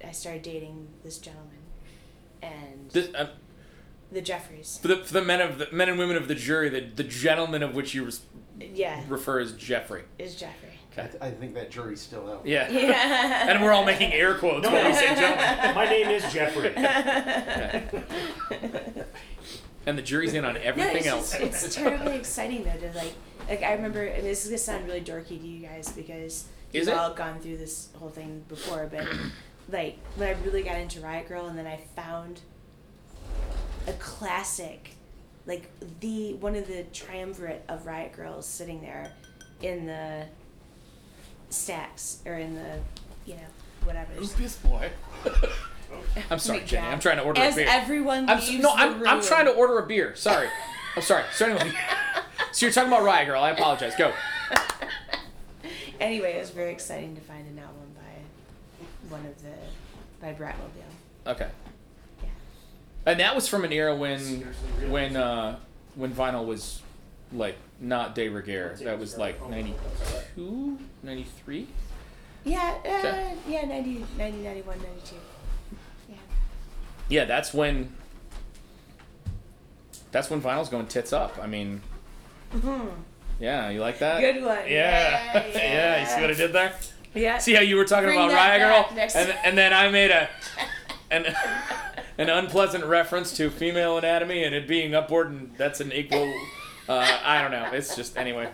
Speaker 2: I started dating this gentleman and
Speaker 3: This, um,
Speaker 2: the Jeffries.
Speaker 3: for the, for the men of the men and women of the jury, the, the gentleman of which you res-
Speaker 2: Yeah,
Speaker 3: refer as Jeffrey.
Speaker 2: is Jeffrey.
Speaker 4: I, th- I think that jury's still out.
Speaker 3: Yeah.
Speaker 2: Yeah.
Speaker 3: And we're all making air quotes
Speaker 5: No.
Speaker 3: when we say gentleman.
Speaker 5: my name is Jeffrey.
Speaker 3: And the jury's in on
Speaker 2: No,
Speaker 3: everything
Speaker 2: it's,
Speaker 3: else.
Speaker 2: just, it's terribly exciting though to like like I remember and this is gonna sound really dorky to you guys because you've
Speaker 3: Is it?
Speaker 2: all gone through this whole thing before, but like when I really got into Riot Girl and then I found a classic like the one of the triumvirate of Riot Girls sitting there in the stacks or in the you know, whatever.
Speaker 3: this boy? I'm sorry, Jenny. I'm trying to order
Speaker 2: As
Speaker 3: a beer.
Speaker 2: everyone
Speaker 3: I'm,
Speaker 2: leaves
Speaker 3: s- no,
Speaker 2: the
Speaker 3: I'm, I'm
Speaker 2: room.
Speaker 3: trying to order a beer. Sorry. I'm sorry. So anyway, so you're talking about Riot Girl. I apologize. Go.
Speaker 2: Anyway, it was very exciting to find an album by one of the by Bratmobile.
Speaker 3: Okay.
Speaker 2: Yeah.
Speaker 3: And that was from an era when when uh, when vinyl was like not de rigueur. That was like 92, 93.
Speaker 2: Yeah,
Speaker 3: Okay.
Speaker 2: uh, yeah, 90, 90, 91, 92. Yeah.
Speaker 3: yeah, that's when that's when vinyl's going tits up. I mean, yeah, you like
Speaker 5: Uh,
Speaker 3: that?
Speaker 2: Mm-hmm. Good one.
Speaker 3: Yeah,
Speaker 2: Yeah,
Speaker 3: yeah. You see what I did there?
Speaker 2: Yeah.
Speaker 3: See how you were talking
Speaker 2: Bring
Speaker 3: about
Speaker 2: that
Speaker 3: Riot
Speaker 2: back
Speaker 3: Girl,
Speaker 2: next-
Speaker 3: and and then I made a an an unpleasant reference to female anatomy and it being upward, and that's an equal. Uh, I don't know. It's just anyway.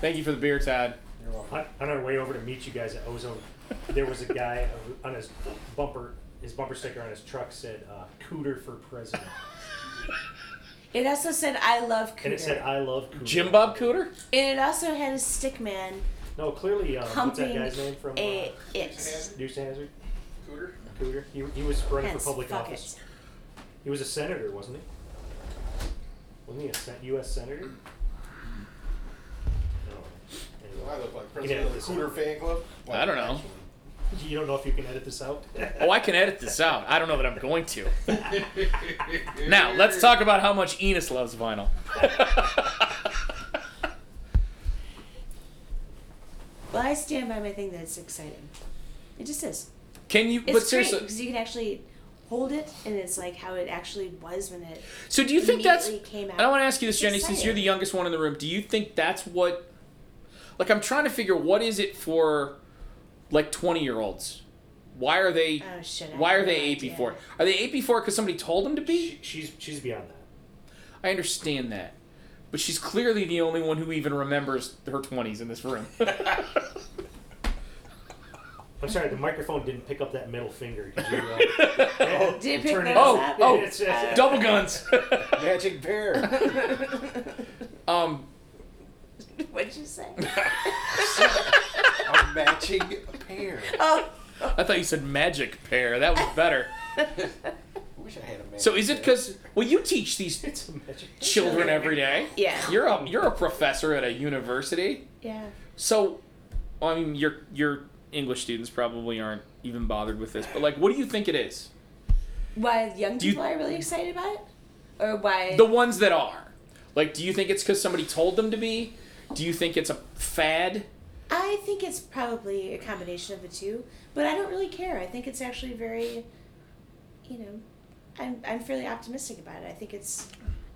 Speaker 3: Thank you for the beer, Todd.
Speaker 5: On on our way over to meet you guys at Ozone, there was a guy on his bumper, his bumper sticker on his truck said uh, "Cooter for President,"
Speaker 2: It also said, I love Cooter.
Speaker 5: and it said "I love Cooter."
Speaker 3: Jim Bob Cooter.
Speaker 2: And it also had a stick man
Speaker 5: No, clearly, um, what's that
Speaker 2: humping
Speaker 5: guy's name from
Speaker 2: a
Speaker 5: uh,
Speaker 2: it.
Speaker 5: News Hazard?
Speaker 4: Cooter?
Speaker 5: Cooter. He, he was running
Speaker 2: Hence,
Speaker 5: for public
Speaker 2: fuck
Speaker 5: office.
Speaker 2: it.
Speaker 5: He was a senator, wasn't he? Wasn't he a sen- U.S. senator? No.
Speaker 4: I
Speaker 5: Anyway.
Speaker 4: look like president of the
Speaker 5: listen.
Speaker 4: Cooter fan club? Well,
Speaker 3: I don't know.
Speaker 4: actually.
Speaker 5: You don't know if you can edit this out.
Speaker 3: Oh, I can edit this out. I don't know that I'm going to. now, let's talk about how much Enos loves vinyl.
Speaker 2: Well, I stand by my thing that it's exciting. It just is.
Speaker 3: Can you, but
Speaker 2: It's great
Speaker 3: seriously,
Speaker 2: because you can actually hold it and it's like how it actually was when it
Speaker 3: so do you think that's,
Speaker 2: immediately came out.
Speaker 3: I don't want to ask you this,
Speaker 2: It's
Speaker 3: Jenny, since
Speaker 2: exciting.
Speaker 3: you're the youngest one in the room, do you think that's what, like, I'm trying to figure what is it for, like, 20 year olds? Why are they,
Speaker 2: Oh, shit, I have
Speaker 3: why are
Speaker 2: no
Speaker 3: they
Speaker 2: idea.
Speaker 3: AP4? Are they AP4 because somebody told them to be?
Speaker 5: She, she's she's beyond that.
Speaker 3: I understand that. But she's clearly the only one who even remembers her 20s in this room.
Speaker 5: I'm sorry, the microphone didn't pick up that middle finger. Did you? Uh,
Speaker 2: Did it pick
Speaker 5: turn
Speaker 2: those
Speaker 5: it
Speaker 3: Oh,
Speaker 2: up?
Speaker 3: oh,
Speaker 5: It's- it's-
Speaker 3: Double guns.
Speaker 4: Magic bear.
Speaker 3: um,
Speaker 2: What'd you say?
Speaker 4: a matching pair.
Speaker 2: Oh.
Speaker 3: I thought you said magic pair. That was better.
Speaker 4: I wish I had a magic
Speaker 3: So is it
Speaker 4: pair.
Speaker 3: because well you teach these
Speaker 5: it's a magic.
Speaker 3: children every day?
Speaker 2: Yeah.
Speaker 3: You're a you're a professor at a university.
Speaker 2: Yeah.
Speaker 3: So, I mean, your your English students probably aren't even bothered with this, but like, what do you think it is?
Speaker 2: Why young
Speaker 3: you-
Speaker 2: people are really excited about it? Or why
Speaker 3: The ones that are, like, do you think it's because somebody told them to be? Do you think it's a fad?
Speaker 2: I think it's probably a combination of the two, but I don't really care. I think it's actually very, you know, I'm I'm fairly optimistic about it. I think it's,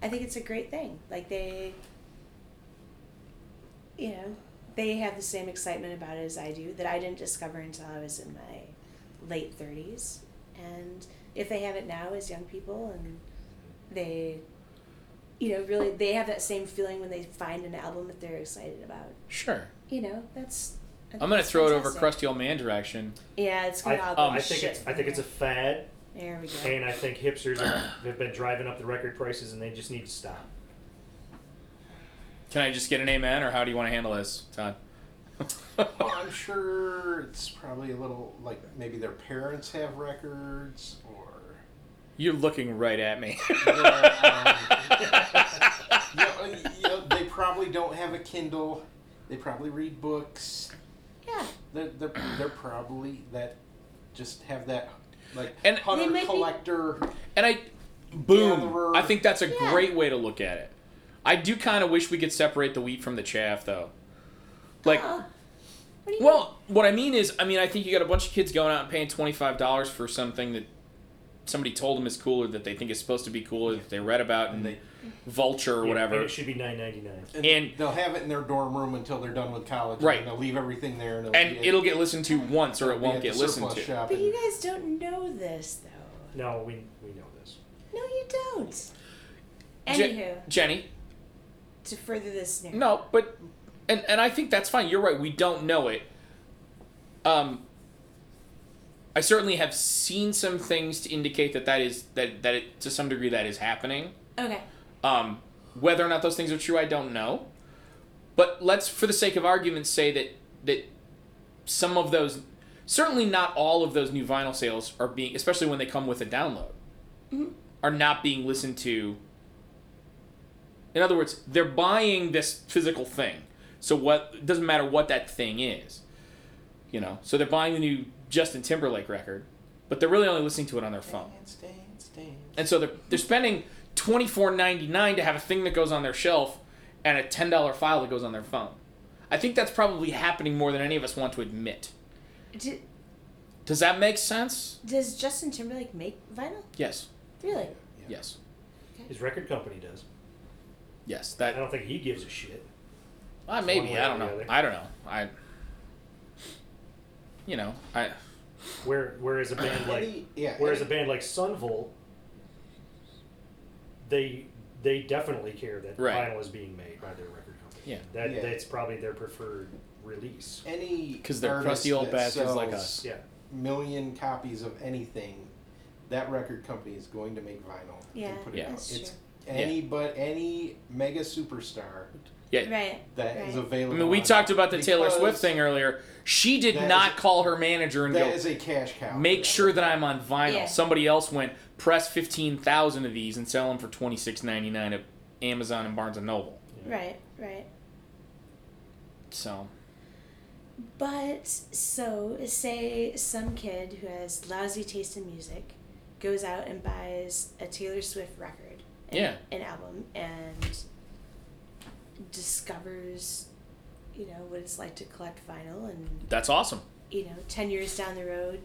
Speaker 2: I think it's a great thing. Like they, you know, they have the same excitement about it as I do that I didn't discover until I was in my late thirties, and if they have it now as young people and they. You know, really, they have that same feeling when they find an album that they're excited about
Speaker 3: Sure.
Speaker 2: you know, that's. I think
Speaker 3: I'm gonna
Speaker 2: that's
Speaker 3: throw it over
Speaker 2: fantastic.
Speaker 3: crusty old man direction.
Speaker 2: Yeah, it's
Speaker 5: I,
Speaker 2: gonna all go
Speaker 3: um,
Speaker 5: I think
Speaker 2: shit
Speaker 5: it's I think it's a fad,
Speaker 2: There we go.
Speaker 5: and I think hipsters are, have been driving up the record prices, and they just need to stop.
Speaker 3: Can I just get an amen, or how do you want to handle this, Todd?
Speaker 4: Well, I'm sure it's probably a little like maybe their parents have records or. um,
Speaker 3: You're looking right at me.
Speaker 4: You know, you know, they probably don't have a Kindle. They probably read books.
Speaker 2: Yeah,
Speaker 4: They're, they're, they're probably that just have that like
Speaker 3: And- They
Speaker 4: hunter
Speaker 2: might be-
Speaker 4: collector.
Speaker 3: And I, boom.
Speaker 4: Gatherer.
Speaker 3: I think that's a
Speaker 2: Yeah.
Speaker 3: great way to look at it. I do kind of wish we could separate the wheat from the chaff, though. Like,
Speaker 2: Oh, what do you
Speaker 3: well, what I mean is, I mean, I think you got a bunch of kids going out and paying twenty five dollars for something that somebody told them is cool, or that they think is supposed to be cool, or that they read about in
Speaker 4: They-
Speaker 3: Vulture or
Speaker 5: Yeah, and
Speaker 3: whatever.
Speaker 5: it should be nine ninety nine.
Speaker 4: And,
Speaker 3: And-
Speaker 4: they'll have it in their dorm room until they're done with college.
Speaker 3: Right.
Speaker 4: And they'll leave everything there. And it'll,
Speaker 3: And
Speaker 4: be at-
Speaker 3: it'll get listened to once, or it
Speaker 4: be
Speaker 3: won't
Speaker 4: at the
Speaker 3: get listened
Speaker 4: surplus
Speaker 3: to.
Speaker 4: shop
Speaker 2: But
Speaker 4: and-
Speaker 2: you guys don't know this though.
Speaker 5: No, we we know this.
Speaker 2: No, you don't.
Speaker 3: Je-
Speaker 2: Anywho,
Speaker 3: Jenny,
Speaker 2: to further this narrative.
Speaker 3: No, but and and I think that's fine. You're right. We don't know it. Um I certainly have seen some things to indicate that that is that that it, to some degree that is happening.
Speaker 2: Okay.
Speaker 3: Um whether or not those things are true, I don't know. But let's for the sake of argument say that that some of those certainly not all of those new vinyl sales are being especially when they come with a download are not being listened to in other words they're buying this physical thing so what it doesn't matter what that thing is you know so they're buying the new justin timberlake record but they're really only listening to it on their phone and so they're, they're spending $24.99 to have a thing that goes on their shelf and a $10 file that goes on their phone i think that's probably happening more than any of us want to admit
Speaker 2: Do,
Speaker 3: does that make sense
Speaker 2: does Justin Timberlake make vinyl?
Speaker 3: yes
Speaker 2: Really?
Speaker 3: yes
Speaker 5: His record company does.
Speaker 3: yes
Speaker 5: I
Speaker 3: that
Speaker 5: don't think he gives a shit.
Speaker 3: well,
Speaker 5: one
Speaker 3: maybe
Speaker 5: way
Speaker 3: i
Speaker 5: or
Speaker 3: don't
Speaker 5: the
Speaker 3: know
Speaker 5: other.
Speaker 3: i don't know i you know i
Speaker 5: Where whereas a band like
Speaker 4: Any- yeah,
Speaker 5: whereas a
Speaker 4: any-
Speaker 5: band like Sunvolt, they they definitely care that
Speaker 3: Right.
Speaker 5: vinyl is being made by their record company.
Speaker 3: Yeah.
Speaker 5: that
Speaker 4: Yeah.
Speaker 5: that's probably their preferred release.
Speaker 4: any
Speaker 3: 'Cause they're
Speaker 4: artist
Speaker 3: crusty old
Speaker 4: that
Speaker 3: bastards like
Speaker 4: sells
Speaker 3: us.
Speaker 5: Yeah,
Speaker 4: million copies of anything, that record company is going to make vinyl.
Speaker 2: Yeah,
Speaker 4: and put it
Speaker 3: Yeah.
Speaker 4: out.
Speaker 2: that's
Speaker 4: it's
Speaker 2: true.
Speaker 4: any but any mega superstar
Speaker 3: yeah
Speaker 2: Right.
Speaker 4: that is
Speaker 2: right.
Speaker 4: available.
Speaker 3: I mean, we
Speaker 4: on-
Speaker 3: talked about the Taylor
Speaker 4: because
Speaker 3: Swift thing earlier. She did
Speaker 4: That is-
Speaker 3: not call her manager and
Speaker 4: That is
Speaker 3: go,
Speaker 4: a cash cow.
Speaker 3: make sure that I'm on vinyl.
Speaker 2: Yeah.
Speaker 3: Somebody else went, press 15,000 of these and sell them for twenty six ninety nine at Amazon and Barnes & Noble.
Speaker 2: Right. Right.
Speaker 3: So,
Speaker 2: But so, say some kid who has lousy taste in music goes out and buys a Taylor Swift record, an,
Speaker 3: Yeah.
Speaker 2: an album, and discovers, you know, what it's like to collect vinyl, and
Speaker 3: that's awesome.
Speaker 2: you know, ten years down the road,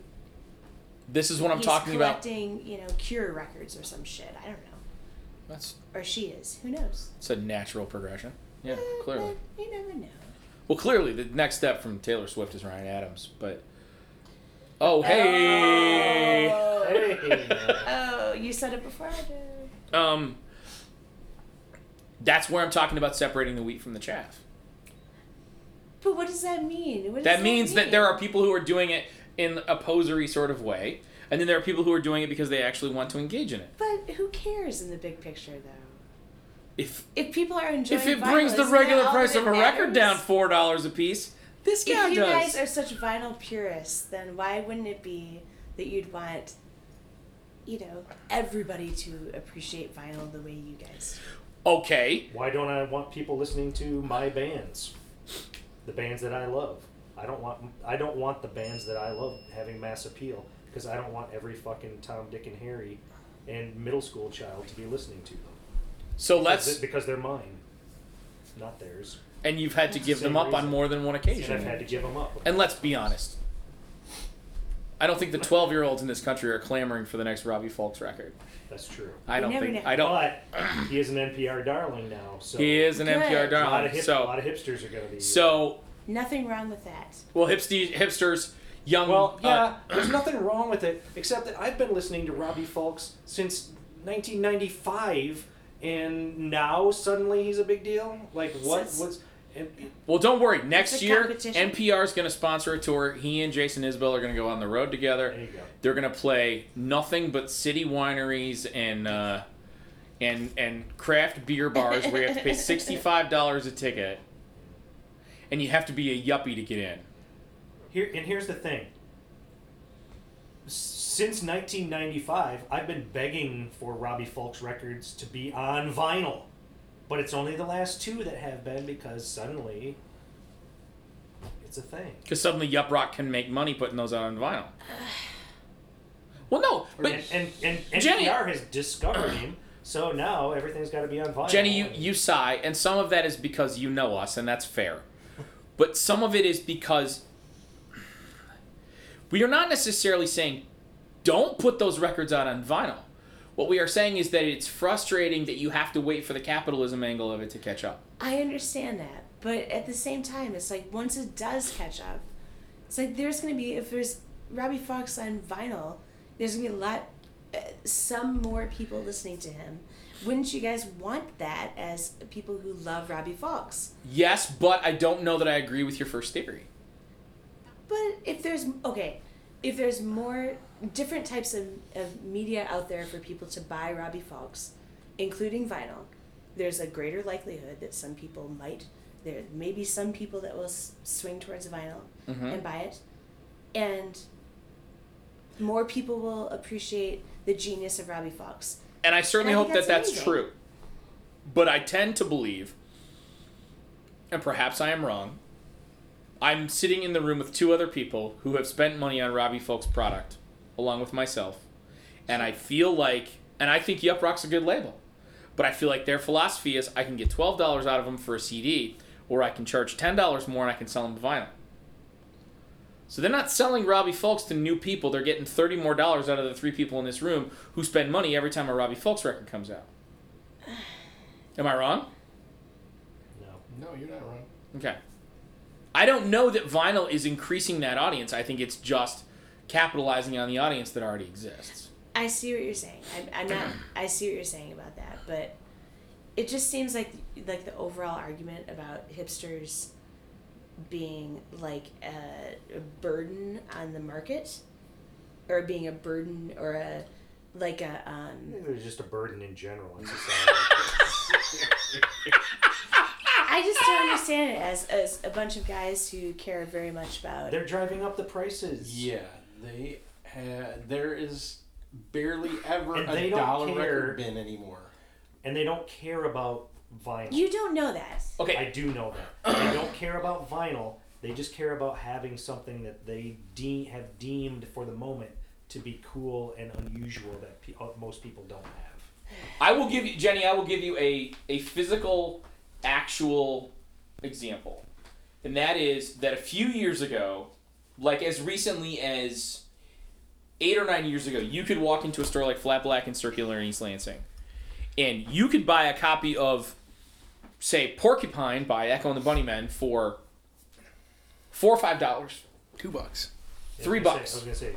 Speaker 3: This is what I'm
Speaker 2: he's
Speaker 3: talking about.
Speaker 2: collecting, you know, Cure records or some shit. I don't know,
Speaker 3: That's
Speaker 2: or she is. Who knows?
Speaker 3: it's a natural progression. Yeah,
Speaker 2: Eh,
Speaker 3: clearly.
Speaker 2: eh, you never know.
Speaker 3: Well, clearly, the next step from Taylor Swift is Ryan Adams, but. Oh, hey!
Speaker 5: hey,
Speaker 2: Oh, you said it before I did.
Speaker 3: Um, that's where I'm talking about separating the wheat from the chaff.
Speaker 2: But what does that mean? What does
Speaker 3: That means that
Speaker 2: mean?
Speaker 3: there are people who are doing it in a posery sort of way, and then there are people who are doing it because they actually want to engage in it.
Speaker 2: But who cares in the big picture, though?
Speaker 3: If
Speaker 2: If people are enjoying,
Speaker 3: if it
Speaker 2: vinyl,
Speaker 3: brings the
Speaker 2: isn't that
Speaker 3: regular
Speaker 2: all
Speaker 3: price
Speaker 2: that
Speaker 3: of a record
Speaker 2: matters?
Speaker 3: down four dollars a piece, this guy
Speaker 2: If you
Speaker 3: does.
Speaker 2: guys are such vinyl purists, then why wouldn't it be that you'd want, you know, everybody to appreciate vinyl the way you guys? do?
Speaker 3: okay,
Speaker 5: Why don't I want people listening to my bands? The bands that I love. I don't want I don't want the bands that I love having mass appeal because I don't want every fucking Tom Dick and Harry and middle school child to be listening to them.
Speaker 3: so
Speaker 5: Because
Speaker 3: let's
Speaker 5: it- because they're mine, not theirs.
Speaker 3: and you've had to give
Speaker 5: Same
Speaker 3: them up on
Speaker 5: reason.
Speaker 3: more than one
Speaker 5: And I've had
Speaker 3: occasion.
Speaker 5: to give them up.
Speaker 3: And let's be honest, I don't think the twelve-year-olds in this country are clamoring for the next Robbie Fulks record.
Speaker 5: That's true.
Speaker 3: I don't
Speaker 2: never
Speaker 3: think
Speaker 2: know.
Speaker 3: I don't.
Speaker 5: But he is an NPR darling now, so
Speaker 3: He is an
Speaker 2: Good.
Speaker 3: NPR
Speaker 5: A lot of,
Speaker 3: darling.
Speaker 5: hip, a lot
Speaker 3: So
Speaker 5: of hipsters are going to be.
Speaker 3: so
Speaker 2: Nothing wrong with that.
Speaker 3: well, hipsty, hipsters, young.
Speaker 5: Well,
Speaker 3: uh,
Speaker 5: yeah, there's nothing wrong with it, except that I've been listening to Robbie Fulks since 1995, and now suddenly he's a big deal. Like what
Speaker 2: Since-
Speaker 5: was? And,
Speaker 3: Well, don't worry. Next
Speaker 2: It's a
Speaker 3: year,
Speaker 2: competition.
Speaker 3: NPR is going to sponsor a tour. He and Jason Isbell are going to go on the road together.
Speaker 5: There you go.
Speaker 3: They're going to play nothing but city wineries and uh, and and craft beer bars where you have to pay sixty five dollars a ticket, and you have to be a yuppie to get in.
Speaker 5: here and here's the thing. S- Since 1995, I've been begging for Robbie Fulks records to be on vinyl, but it's only the last two that have been because suddenly it's a thing.
Speaker 3: Because suddenly, Yup Rock can make money putting those out on vinyl. Well, no, but
Speaker 5: and and, and,
Speaker 3: Jenny-
Speaker 5: NPR has discovered him, so now everything's got to be on vinyl.
Speaker 3: Jenny, you, you sigh, and some of that is because you know us, and that's fair. But some of it is because we are not necessarily saying don't put those records out on vinyl. What we are saying is that it's frustrating that you have to wait for the capitalism angle of it to catch up.
Speaker 2: I understand that, but at the same time, it's like once it does catch up, it's like there's gonna be if there's Robbie Fox on vinyl, there's gonna be a lot, uh, some more people listening to him. Wouldn't you guys want that as people who love Robbie Fox?
Speaker 3: Yes, but I don't know that I agree with your first theory.
Speaker 2: But if there's okay, if there's more different types of, of media out there for people to buy Robbie Fox, including vinyl, there's a greater likelihood that some people might. There may be some people that will s- swing towards vinyl and buy it, and more people will appreciate the genius of Robbie Fox.
Speaker 3: And I certainly
Speaker 2: I think
Speaker 3: hope that
Speaker 2: that's
Speaker 3: that's
Speaker 2: amazing.
Speaker 3: true. But I tend to believe, and perhaps I am wrong, I'm sitting in the room with two other people who have spent money on Robbie Folk's product, along with myself. And I feel like, and I think Yup Rock's a good label. But I feel like their philosophy is I can get $12 out of them for a CD, or I can charge $10 more and I can sell them vinyl. So they're not selling Robbie Fulks to new people. They're getting thirty more dollars out of the three people in this room who spend money every time a Robbie Fulks record comes out. Am I wrong?
Speaker 5: No.
Speaker 4: No, you're not wrong.
Speaker 3: Okay. I don't know that vinyl is increasing that audience. I think it's just capitalizing on the audience that already exists.
Speaker 2: I see what you're saying. I'm, I'm not. I see what you're saying about that, but it just seems like like the overall argument about hipsters being like a, a burden on the market, or being a burden or a like a um.
Speaker 5: It was just a burden in general on society.
Speaker 2: I just don't understand it as as a bunch of guys who care very much about.
Speaker 5: They're driving up the prices.
Speaker 4: Yeah, they ha- there is barely ever
Speaker 5: And
Speaker 4: a
Speaker 5: they don't
Speaker 4: dollar
Speaker 5: care.
Speaker 4: record bin anymore.
Speaker 5: And they don't care about vinyl.
Speaker 2: You don't know that.
Speaker 3: Okay.
Speaker 5: I do know that. they don't care about vinyl. They just care about having something that they de- have deemed for the moment to be cool and unusual that pe- uh, most people don't have.
Speaker 3: I will give you, Jenny, I will give you a, a physical, actual example. And that is that a few years ago, like as recently as eight or nine years ago, you could walk into a store like Flat Black and Circular in East Lansing, and you could buy a copy of, say, Porcupine by Echo and the Bunnymen for four or five dollars.
Speaker 6: Two bucks.
Speaker 5: Yeah,
Speaker 3: Three
Speaker 5: I was gonna
Speaker 3: bucks.
Speaker 5: say- I was going to say,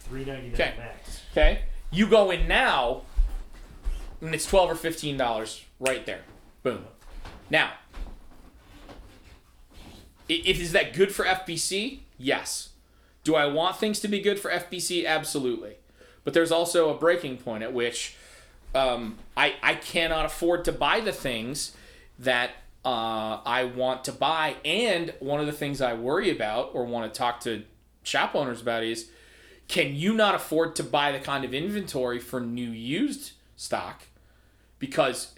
Speaker 5: three ninety nine
Speaker 3: Okay.
Speaker 5: max.
Speaker 3: Okay? You go in now, and it's twelve or fifteen dollars right there. Boom. Now, i- if is that good for FBC? Yes. Do I want things to be good for FBC? Absolutely. But there's also a breaking point at which um, I, I cannot afford to buy the things that uh, I want to buy. And one of the things I worry about or want to talk to shop owners about is can you not afford to buy the kind of inventory for new used stock? Because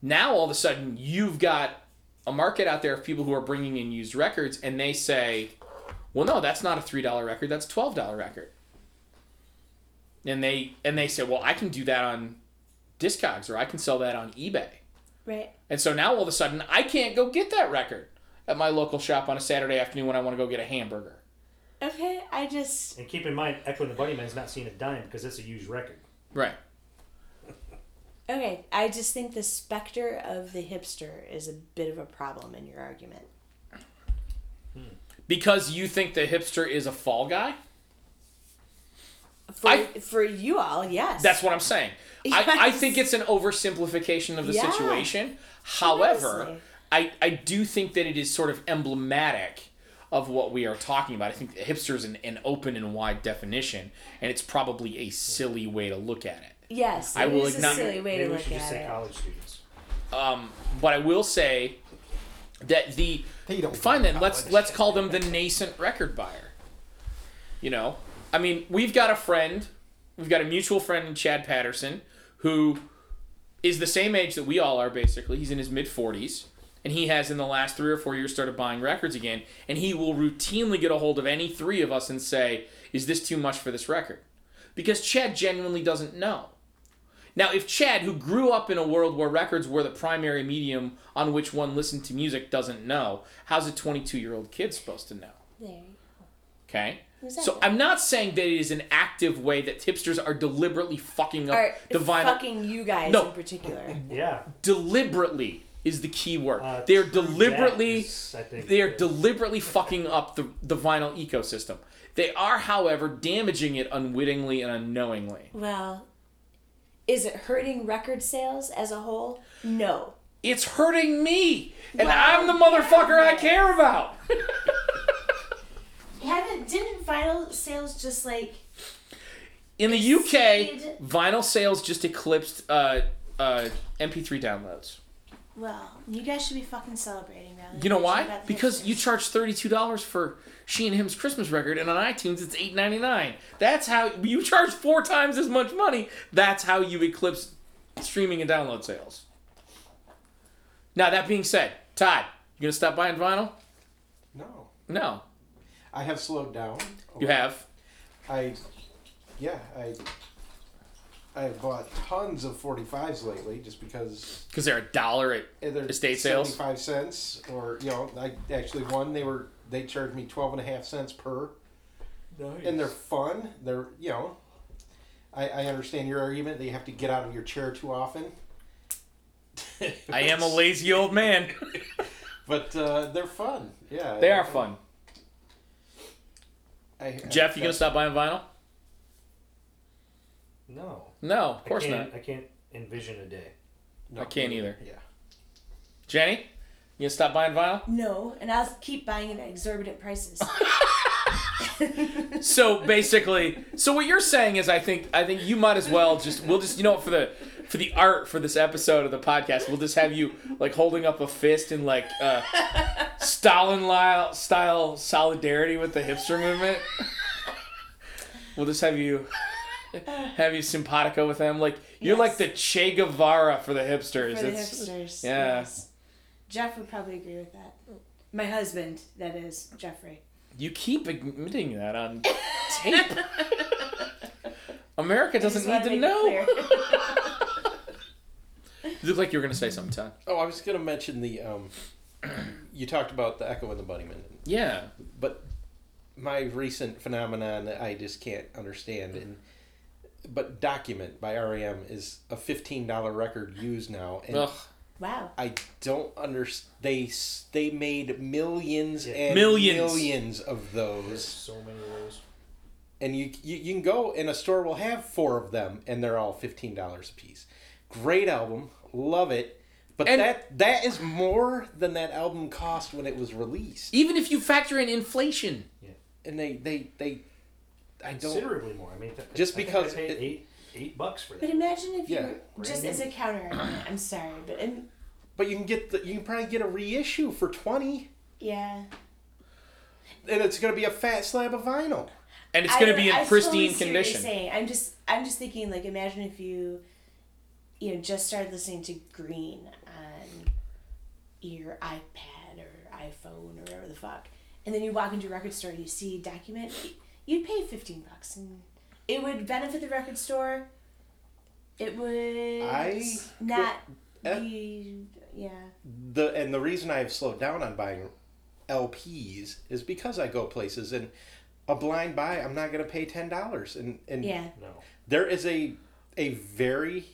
Speaker 3: now all of a sudden you've got a market out there of people who are bringing in used records and they say, well, no, that's not a $3 record, that's a $12 record. And they and they say, well, I can do that on Discogs or I can sell that on eBay.
Speaker 2: Right.
Speaker 3: And so now all of a sudden, I can't go get that record at my local shop on a Saturday afternoon when I want to go get a hamburger.
Speaker 2: Okay. I just
Speaker 5: And keep in mind, Echo and the Bunny Man's not seeing a dime because it's a used record.
Speaker 3: Right.
Speaker 2: okay. I just think the specter of the hipster is a bit of a problem in your argument.
Speaker 3: Because you think the hipster is a fall guy?
Speaker 2: For
Speaker 3: I-
Speaker 2: for you all, yes.
Speaker 3: That's what I'm saying. I, I
Speaker 2: Yes.
Speaker 3: think it's an oversimplification of the
Speaker 2: Yeah.
Speaker 3: situation. However,
Speaker 2: Seriously.
Speaker 3: I, I do think that it is sort of emblematic of what we are talking about. I think hipster is an, an open and wide definition, and it's probably a silly way to look at it.
Speaker 2: yes.
Speaker 3: I
Speaker 2: it
Speaker 3: will
Speaker 2: is
Speaker 3: ignore-
Speaker 2: a silly way
Speaker 5: Maybe
Speaker 2: to
Speaker 5: we
Speaker 2: look
Speaker 5: should just
Speaker 2: at
Speaker 5: say
Speaker 2: it.
Speaker 5: college students.
Speaker 3: Um, but I will say that the
Speaker 7: They don't
Speaker 3: fine
Speaker 7: go to
Speaker 3: then let's
Speaker 7: college.
Speaker 3: let's call them the nascent record buyer. You know, I mean, we've got a friend, we've got a mutual friend in Chad Patterson who is the same age that we all are. Basically, he's in his mid forties. And he has in the last three or four years started buying records again, and he will routinely get a hold of any three of us and say, "Is this too much for this record?" Because Chad genuinely doesn't know. Now, if Chad, who grew up in a world where records were the primary medium on which one listened to music, doesn't know, how's a 22 year old kid supposed to know?
Speaker 2: There.
Speaker 3: Okay?
Speaker 2: Exactly.
Speaker 3: So I'm not saying that it is an active way that tipsters are deliberately fucking up
Speaker 2: Or
Speaker 3: the vinyl.
Speaker 2: fucking you guys
Speaker 3: No.
Speaker 2: in particular.
Speaker 5: Yeah.
Speaker 3: Deliberately is the key word.
Speaker 5: Uh,
Speaker 3: they are
Speaker 5: true that
Speaker 3: deliberately
Speaker 5: is, I think,
Speaker 3: they are
Speaker 5: the-
Speaker 3: deliberately fucking up the, the vinyl ecosystem. They are, however, damaging it unwittingly and unknowingly.
Speaker 2: Well, is it hurting record sales as a whole? No.
Speaker 3: It's hurting me, and
Speaker 2: Well,
Speaker 3: I'm the motherfucker I
Speaker 2: yeah.
Speaker 3: care about.
Speaker 2: Haven't didn't vinyl sales just like
Speaker 3: In the
Speaker 2: Exceed-
Speaker 3: UK, vinyl sales just eclipsed uh, uh, MP3 downloads.
Speaker 2: well, you guys should be fucking celebrating now.
Speaker 3: You know why? Because you charge thirty-two dollars for She and Him's Christmas record, and on iTunes it's eight ninety-nine. That's how you charge four times as much money. That's how you eclipse streaming and download sales. Now that being said, Todd, you gonna stop buying vinyl?
Speaker 4: No,
Speaker 3: No,
Speaker 4: I have slowed down.
Speaker 3: you have.
Speaker 4: I, yeah, I. I've bought tons of 45s lately just because
Speaker 3: Because they're a dollar at
Speaker 4: either
Speaker 3: Estate sales?
Speaker 4: five cents or you know I actually one they were they charged me twelve and a half cents per and they're fun they're you know I, I understand your argument that you have to get out of your chair too often
Speaker 3: I am a lazy old man.
Speaker 4: but uh, they're fun yeah
Speaker 3: they are fun.
Speaker 4: I, I,
Speaker 3: Jeff, you gonna stop buying vinyl?
Speaker 5: No.
Speaker 3: No, of course
Speaker 5: I
Speaker 3: not.
Speaker 5: can't, I can't envision a day.
Speaker 4: No.
Speaker 3: I can't either.
Speaker 4: yeah
Speaker 3: Jenny, you gonna stop buying vinyl?
Speaker 2: No, and I'll keep buying it at exorbitant prices.
Speaker 3: So basically, so what you're saying is, I think, I think you might as well just, we'll just, you know, what, for the, for the art for this episode of the podcast, we'll just have you like holding up a fist in like uh, Stalin li- style solidarity with the hipster movement. We'll just have you, have you simpatico with them, like you're like
Speaker 2: Yes.
Speaker 3: the Che Guevara for the hipsters.
Speaker 2: For the
Speaker 3: It's-
Speaker 2: hipsters.
Speaker 3: yeah.
Speaker 2: Jeff would probably agree with that. My husband, that is, Jeffrey.
Speaker 3: You keep admitting that on tape. America doesn't need to know. You look like you were gonna say something, Todd.
Speaker 4: oh I was gonna mention the um you talked about the Echo and the Bunnyman
Speaker 3: Yeah.
Speaker 4: but my recent phenomenon that I just can't understand and but document by REM is a fifteen dollar record used now and
Speaker 3: Ugh.
Speaker 2: Wow.
Speaker 4: I don't understand. They s- they made millions
Speaker 5: Yeah.
Speaker 4: and
Speaker 3: Millions.
Speaker 4: millions of
Speaker 5: There's
Speaker 4: those,
Speaker 5: so many of those.
Speaker 4: and you, you you can go and a store will have four of them, and they're all fifteen dollars a piece. Great album, love it, but
Speaker 3: And-
Speaker 4: that that is more than that album cost when it was released.
Speaker 3: Even if you factor in inflation.
Speaker 5: Yeah.
Speaker 4: and they they they I don't
Speaker 5: considerably more. I mean, th-
Speaker 4: Just
Speaker 5: I think
Speaker 4: because
Speaker 5: I paid
Speaker 4: it-
Speaker 5: eight eight bucks for
Speaker 2: But
Speaker 5: that.
Speaker 2: imagine if
Speaker 4: Yeah,
Speaker 2: you were, just as a counter, argument, I'm sorry, but and
Speaker 4: but you can get the you can probably get a reissue for 20
Speaker 2: yeah,
Speaker 4: and it's going to be a fat slab of vinyl.
Speaker 3: and it's
Speaker 2: I
Speaker 3: going to
Speaker 2: don't-
Speaker 3: be in
Speaker 2: I totally
Speaker 3: pristine
Speaker 2: see what you're
Speaker 3: condition.
Speaker 2: saying. I'm just I'm just thinking like imagine if you, you know, just started listening to Green on your iPad or iPhone or whatever the fuck, and then you walk into a record store and you see document, you'd pay fifteen bucks and it would benefit the record store. It would
Speaker 4: I-
Speaker 2: not
Speaker 4: Eh.
Speaker 2: be yeah.
Speaker 4: the and the reason I have slowed down on buying LPs is because I go places and a blind buy I'm not gonna pay ten dollars and and
Speaker 2: Yeah.
Speaker 5: No,
Speaker 4: there is a a very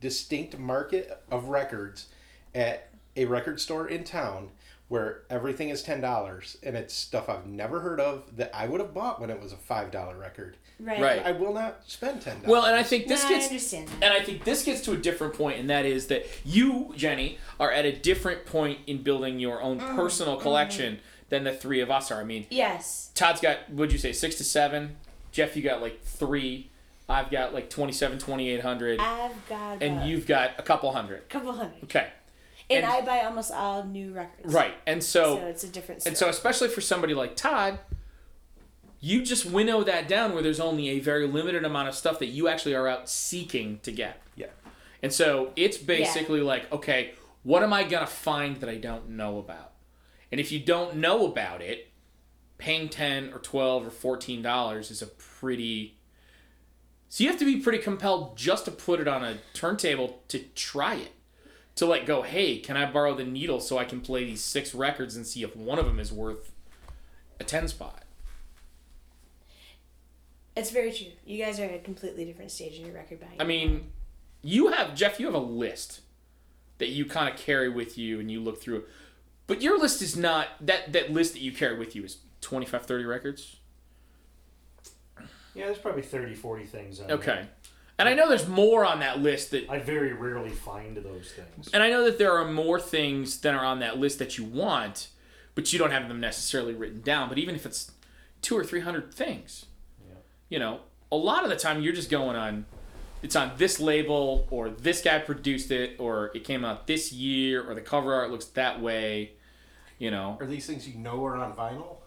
Speaker 4: distinct market of records at a record store in town where everything is ten dollars and it's stuff I've never heard of that I would have bought when it was a five dollar record.
Speaker 2: Right.
Speaker 3: Right.
Speaker 4: I will not spend ten dollars.
Speaker 3: Well, and I think this
Speaker 2: No, I
Speaker 3: gets
Speaker 2: understand that.
Speaker 3: and I think this gets to a different point, and that is that you, Jenny, are at a different point in building your own
Speaker 2: Mm,
Speaker 3: personal
Speaker 2: mm-hmm.
Speaker 3: collection than the three of us are. I mean,
Speaker 2: Yes.
Speaker 3: Todd's got, what'd you say, six to seven? Jeff, you got like three. I've got like 27, 2,800.
Speaker 2: I've got
Speaker 3: And
Speaker 2: a
Speaker 3: you've got a couple hundred.
Speaker 2: couple hundred.
Speaker 3: Okay.
Speaker 2: And,
Speaker 3: and-
Speaker 2: I buy almost all new records.
Speaker 3: Right. And so,
Speaker 2: So it's a different
Speaker 3: and so especially for somebody like Todd, you just winnow that down where there's only a very limited amount of stuff that you actually are out seeking to get.
Speaker 4: yeah.
Speaker 3: And so it's basically like, okay, what am I going to find that I don't know about? And if you don't know about it, paying 10 or 12 or 14 dollars is a pretty So you have to be pretty compelled just to put it on a turntable to try it. To like go, "Hey, can I borrow the needle so I can play these six records and see if one of them is worth a 10 spot?"
Speaker 2: It's very true. You guys are at a completely different stage in your record buying.
Speaker 3: I mean, you have Jeff. You have a list that you kind of carry with you, and you look through. But your list is not that that list that you carry with you is 25, 30 records.
Speaker 5: yeah, there's probably 30, 40 things. On there.
Speaker 3: Okay, and I know there's more on that list that,
Speaker 5: I very rarely find those things.
Speaker 3: and I know that there are more things that are on that list that you want, but you don't have them necessarily written down. But even if it's two or three hundred things, you know, a lot of the time you're just going on. It's on this label, or this guy produced it, or it came out this year, or the cover art looks that way. You know,
Speaker 4: Are these things you know are on vinyl?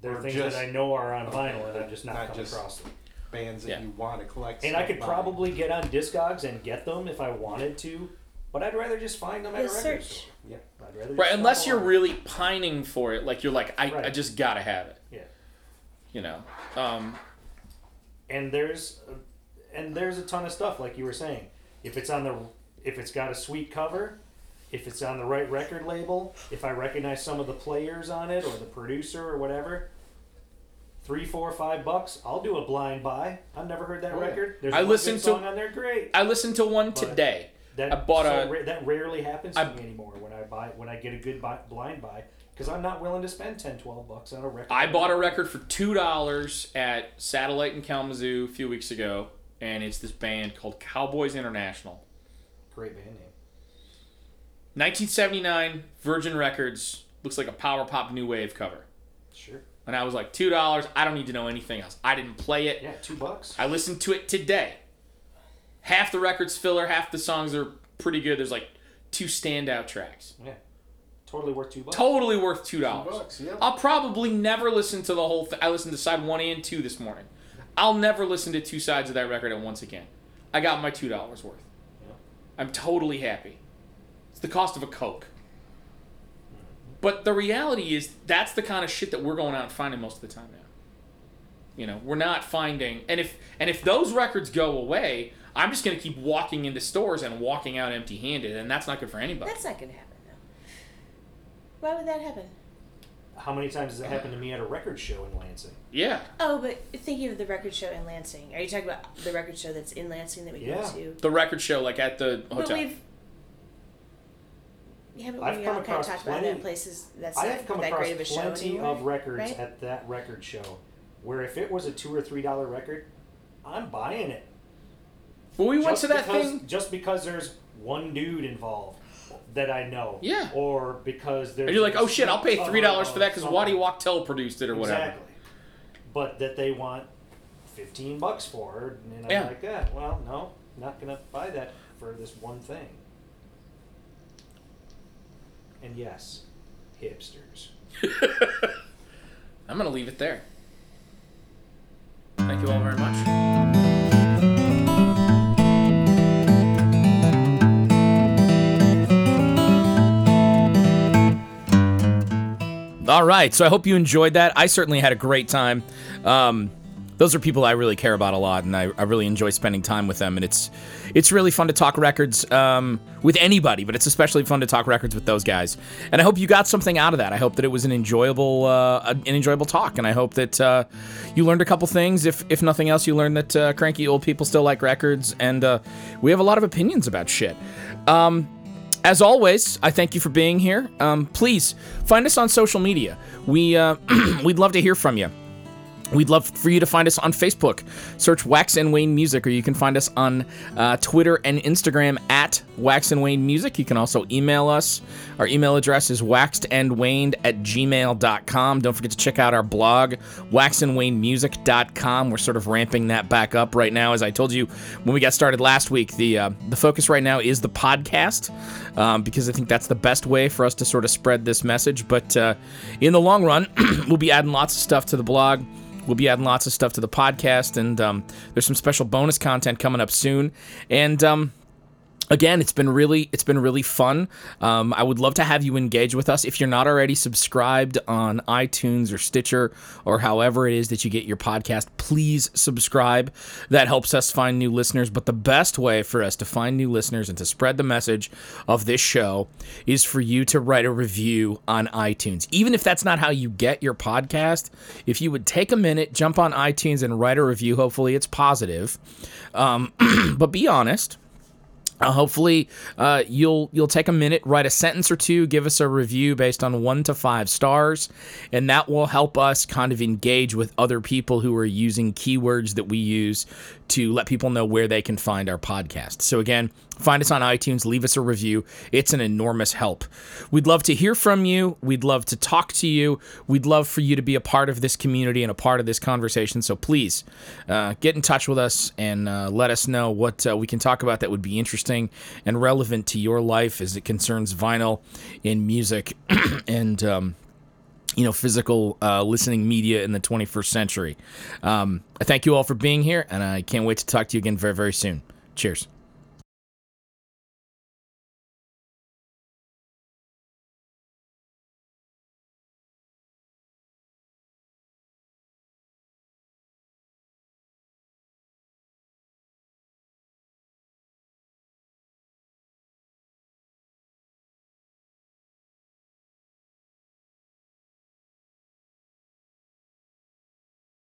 Speaker 5: There
Speaker 4: Or
Speaker 5: are things
Speaker 4: just-
Speaker 5: that I know are on vinyl, and I've just not,
Speaker 4: Not
Speaker 5: come
Speaker 4: just-
Speaker 5: across them.
Speaker 4: Bands that
Speaker 3: Yeah.
Speaker 4: you want to collect.
Speaker 5: And I could
Speaker 4: buy.
Speaker 5: probably get on Discogs and get them if I wanted to, but I'd rather just find them at a
Speaker 2: Just
Speaker 5: record
Speaker 2: search.
Speaker 5: store.
Speaker 4: Yeah.
Speaker 5: I'd rather just
Speaker 3: right? Unless
Speaker 5: stumble
Speaker 3: you're
Speaker 5: on it.
Speaker 3: really pining for it, like you're like, I, I
Speaker 5: Right.
Speaker 3: just gotta have it.
Speaker 5: Yeah.
Speaker 3: You know, um,
Speaker 5: and there's and there's a ton of stuff like you were saying if it's on the if it's got a sweet cover if it's on the right record label if i recognize some of the players on it or the producer or whatever three four five bucks i'll do a blind buy i've never heard that
Speaker 4: Oh, yeah.
Speaker 5: record there's
Speaker 3: I
Speaker 5: one good
Speaker 3: listened to-
Speaker 5: song on there great
Speaker 3: I listened to one
Speaker 5: But-
Speaker 3: today.
Speaker 5: that,
Speaker 3: I bought
Speaker 5: so
Speaker 3: a-
Speaker 5: ra- that rarely happens to
Speaker 3: I-
Speaker 5: me anymore when i buy when i get a good buy, blind buy because i'm not willing to spend 10 12 bucks on a record
Speaker 3: I bought a record for two dollars at Satellite in Kalamazoo a few weeks ago, and it's this band called Cowboys International.
Speaker 5: great band name
Speaker 3: 1979 Virgin Records looks like a power pop new wave cover.
Speaker 5: sure
Speaker 3: And I was like, two dollars. I don't need to know anything else. I didn't play it.
Speaker 5: yeah two bucks
Speaker 3: I listened to it today. Half the record's filler, half the songs are pretty good. There's like two standout tracks.
Speaker 5: yeah totally worth two bucks
Speaker 3: Totally worth two dollars.
Speaker 4: Bucks, yeah.
Speaker 3: I'll probably never listen to the whole thing. I listened to side one and two this morning. I'll never listen to two sides of that record at once again. I got my two dollars worth.
Speaker 5: Yeah.
Speaker 3: I'm totally happy. It's the cost of a Coke. But the reality is, that's the kind of shit that we're going out and finding most of the time now. You know, we're not finding, and if and if those records go away, I'm just going to keep walking into stores and walking out empty-handed, and that's not good for anybody.
Speaker 2: That's not going to happen, though. Why would that happen?
Speaker 5: How many times has it happened to me at a record show in Lansing?
Speaker 3: yeah,
Speaker 2: Oh, but thinking of the record show in Lansing. Are you talking about the record show that's in Lansing that we go
Speaker 5: Yeah.
Speaker 2: to?
Speaker 3: the record show, like at the hotel.
Speaker 2: But we've. Yeah, but
Speaker 5: I've
Speaker 2: we
Speaker 5: come
Speaker 2: all kind
Speaker 5: across
Speaker 2: of talked about that in
Speaker 5: plenty-
Speaker 2: places that's
Speaker 5: I
Speaker 2: not
Speaker 5: have come
Speaker 2: that
Speaker 5: across
Speaker 2: great of a show
Speaker 5: plenty
Speaker 2: anymore,
Speaker 5: of records
Speaker 2: right?
Speaker 5: at that record show where if it was a two or three dollar record, I'm buying it.
Speaker 3: Well, we went
Speaker 5: Just
Speaker 3: to that
Speaker 5: because,
Speaker 3: thing.
Speaker 5: just because there's one dude involved that I know.
Speaker 3: Yeah.
Speaker 5: Or because there's
Speaker 3: And you're like,
Speaker 5: a
Speaker 3: oh shit, I'll pay
Speaker 5: sweet
Speaker 3: three dollars for that because
Speaker 5: cover of
Speaker 3: Waddy
Speaker 5: something."
Speaker 3: Wachtel produced it or whatever.
Speaker 5: Exactly. but that they want fifteen bucks for, and I'm
Speaker 8: Yeah.
Speaker 5: like, yeah, well, no, not gonna buy that for this one thing. And yes, hipsters.
Speaker 8: I'm gonna leave it there. Thank you all very much.
Speaker 3: All right. So I hope you enjoyed that. I certainly had a great time. Um, those are people I really care about a lot, and I, I really enjoy spending time with them. And it's it's really fun to talk records um, with anybody, but it's especially fun to talk records with those guys. And I hope you got something out of that. I hope that it was an enjoyable uh, an enjoyable talk, and I hope that uh, you learned a couple things. If if nothing else, you learned that uh, cranky old people still like records, and uh, we have a lot of opinions about shit. Um, as always, I thank you for being here. Um, please find us on social media. We uh, we'd love to hear from you. We'd love for you to find us on Facebook. Search Wax and Wayne Music, or you can find us on uh, Twitter and Instagram at Wax and Wayne Music. You can also email us. Our email address is waxedandwaned at gmail.com. Don't forget to check out our blog, waxandwaynemusic.com. We're sort of ramping that back up right now. As I told you when we got started last week, the, uh, the focus right now is the podcast um, because I think that's the best way for us to sort of spread this message. But uh, in the long run, we'll be adding lots of stuff to the blog. We'll be adding lots of stuff to the podcast, and um, there's some special bonus content coming up soon. And um, again, it's been really it's been really fun. Um, I would love to have you engage with us. If you're not already subscribed on iTunes or Stitcher or however it is that you get your podcast, please subscribe. That helps us find new listeners. But the best way for us to find new listeners and to spread the message of this show is for you to write a review on iTunes. Even if that's not how you get your podcast, if you would take a minute, jump on iTunes and write a review, hopefully it's positive. Um, but be honest. Uh, hopefully, uh, you'll you'll take a minute, write a sentence or two, give us a review based on one to five stars, and that will help us kind of engage with other people who are using keywords that we use to let people know where they can find our podcast. So again, find us on iTunes, leave us a review. It's an enormous help. We'd love to hear from you. We'd love to talk to you. We'd love for you to be a part of this community and a part of this conversation. So please uh, get in touch with us and uh, let us know what uh, we can talk about that would be interesting and relevant to your life as it concerns vinyl and music and. Um, you know, physical uh, listening media in the 21st century. Um, I thank you all for being here, and I can't wait to talk to you again very, very soon. Cheers.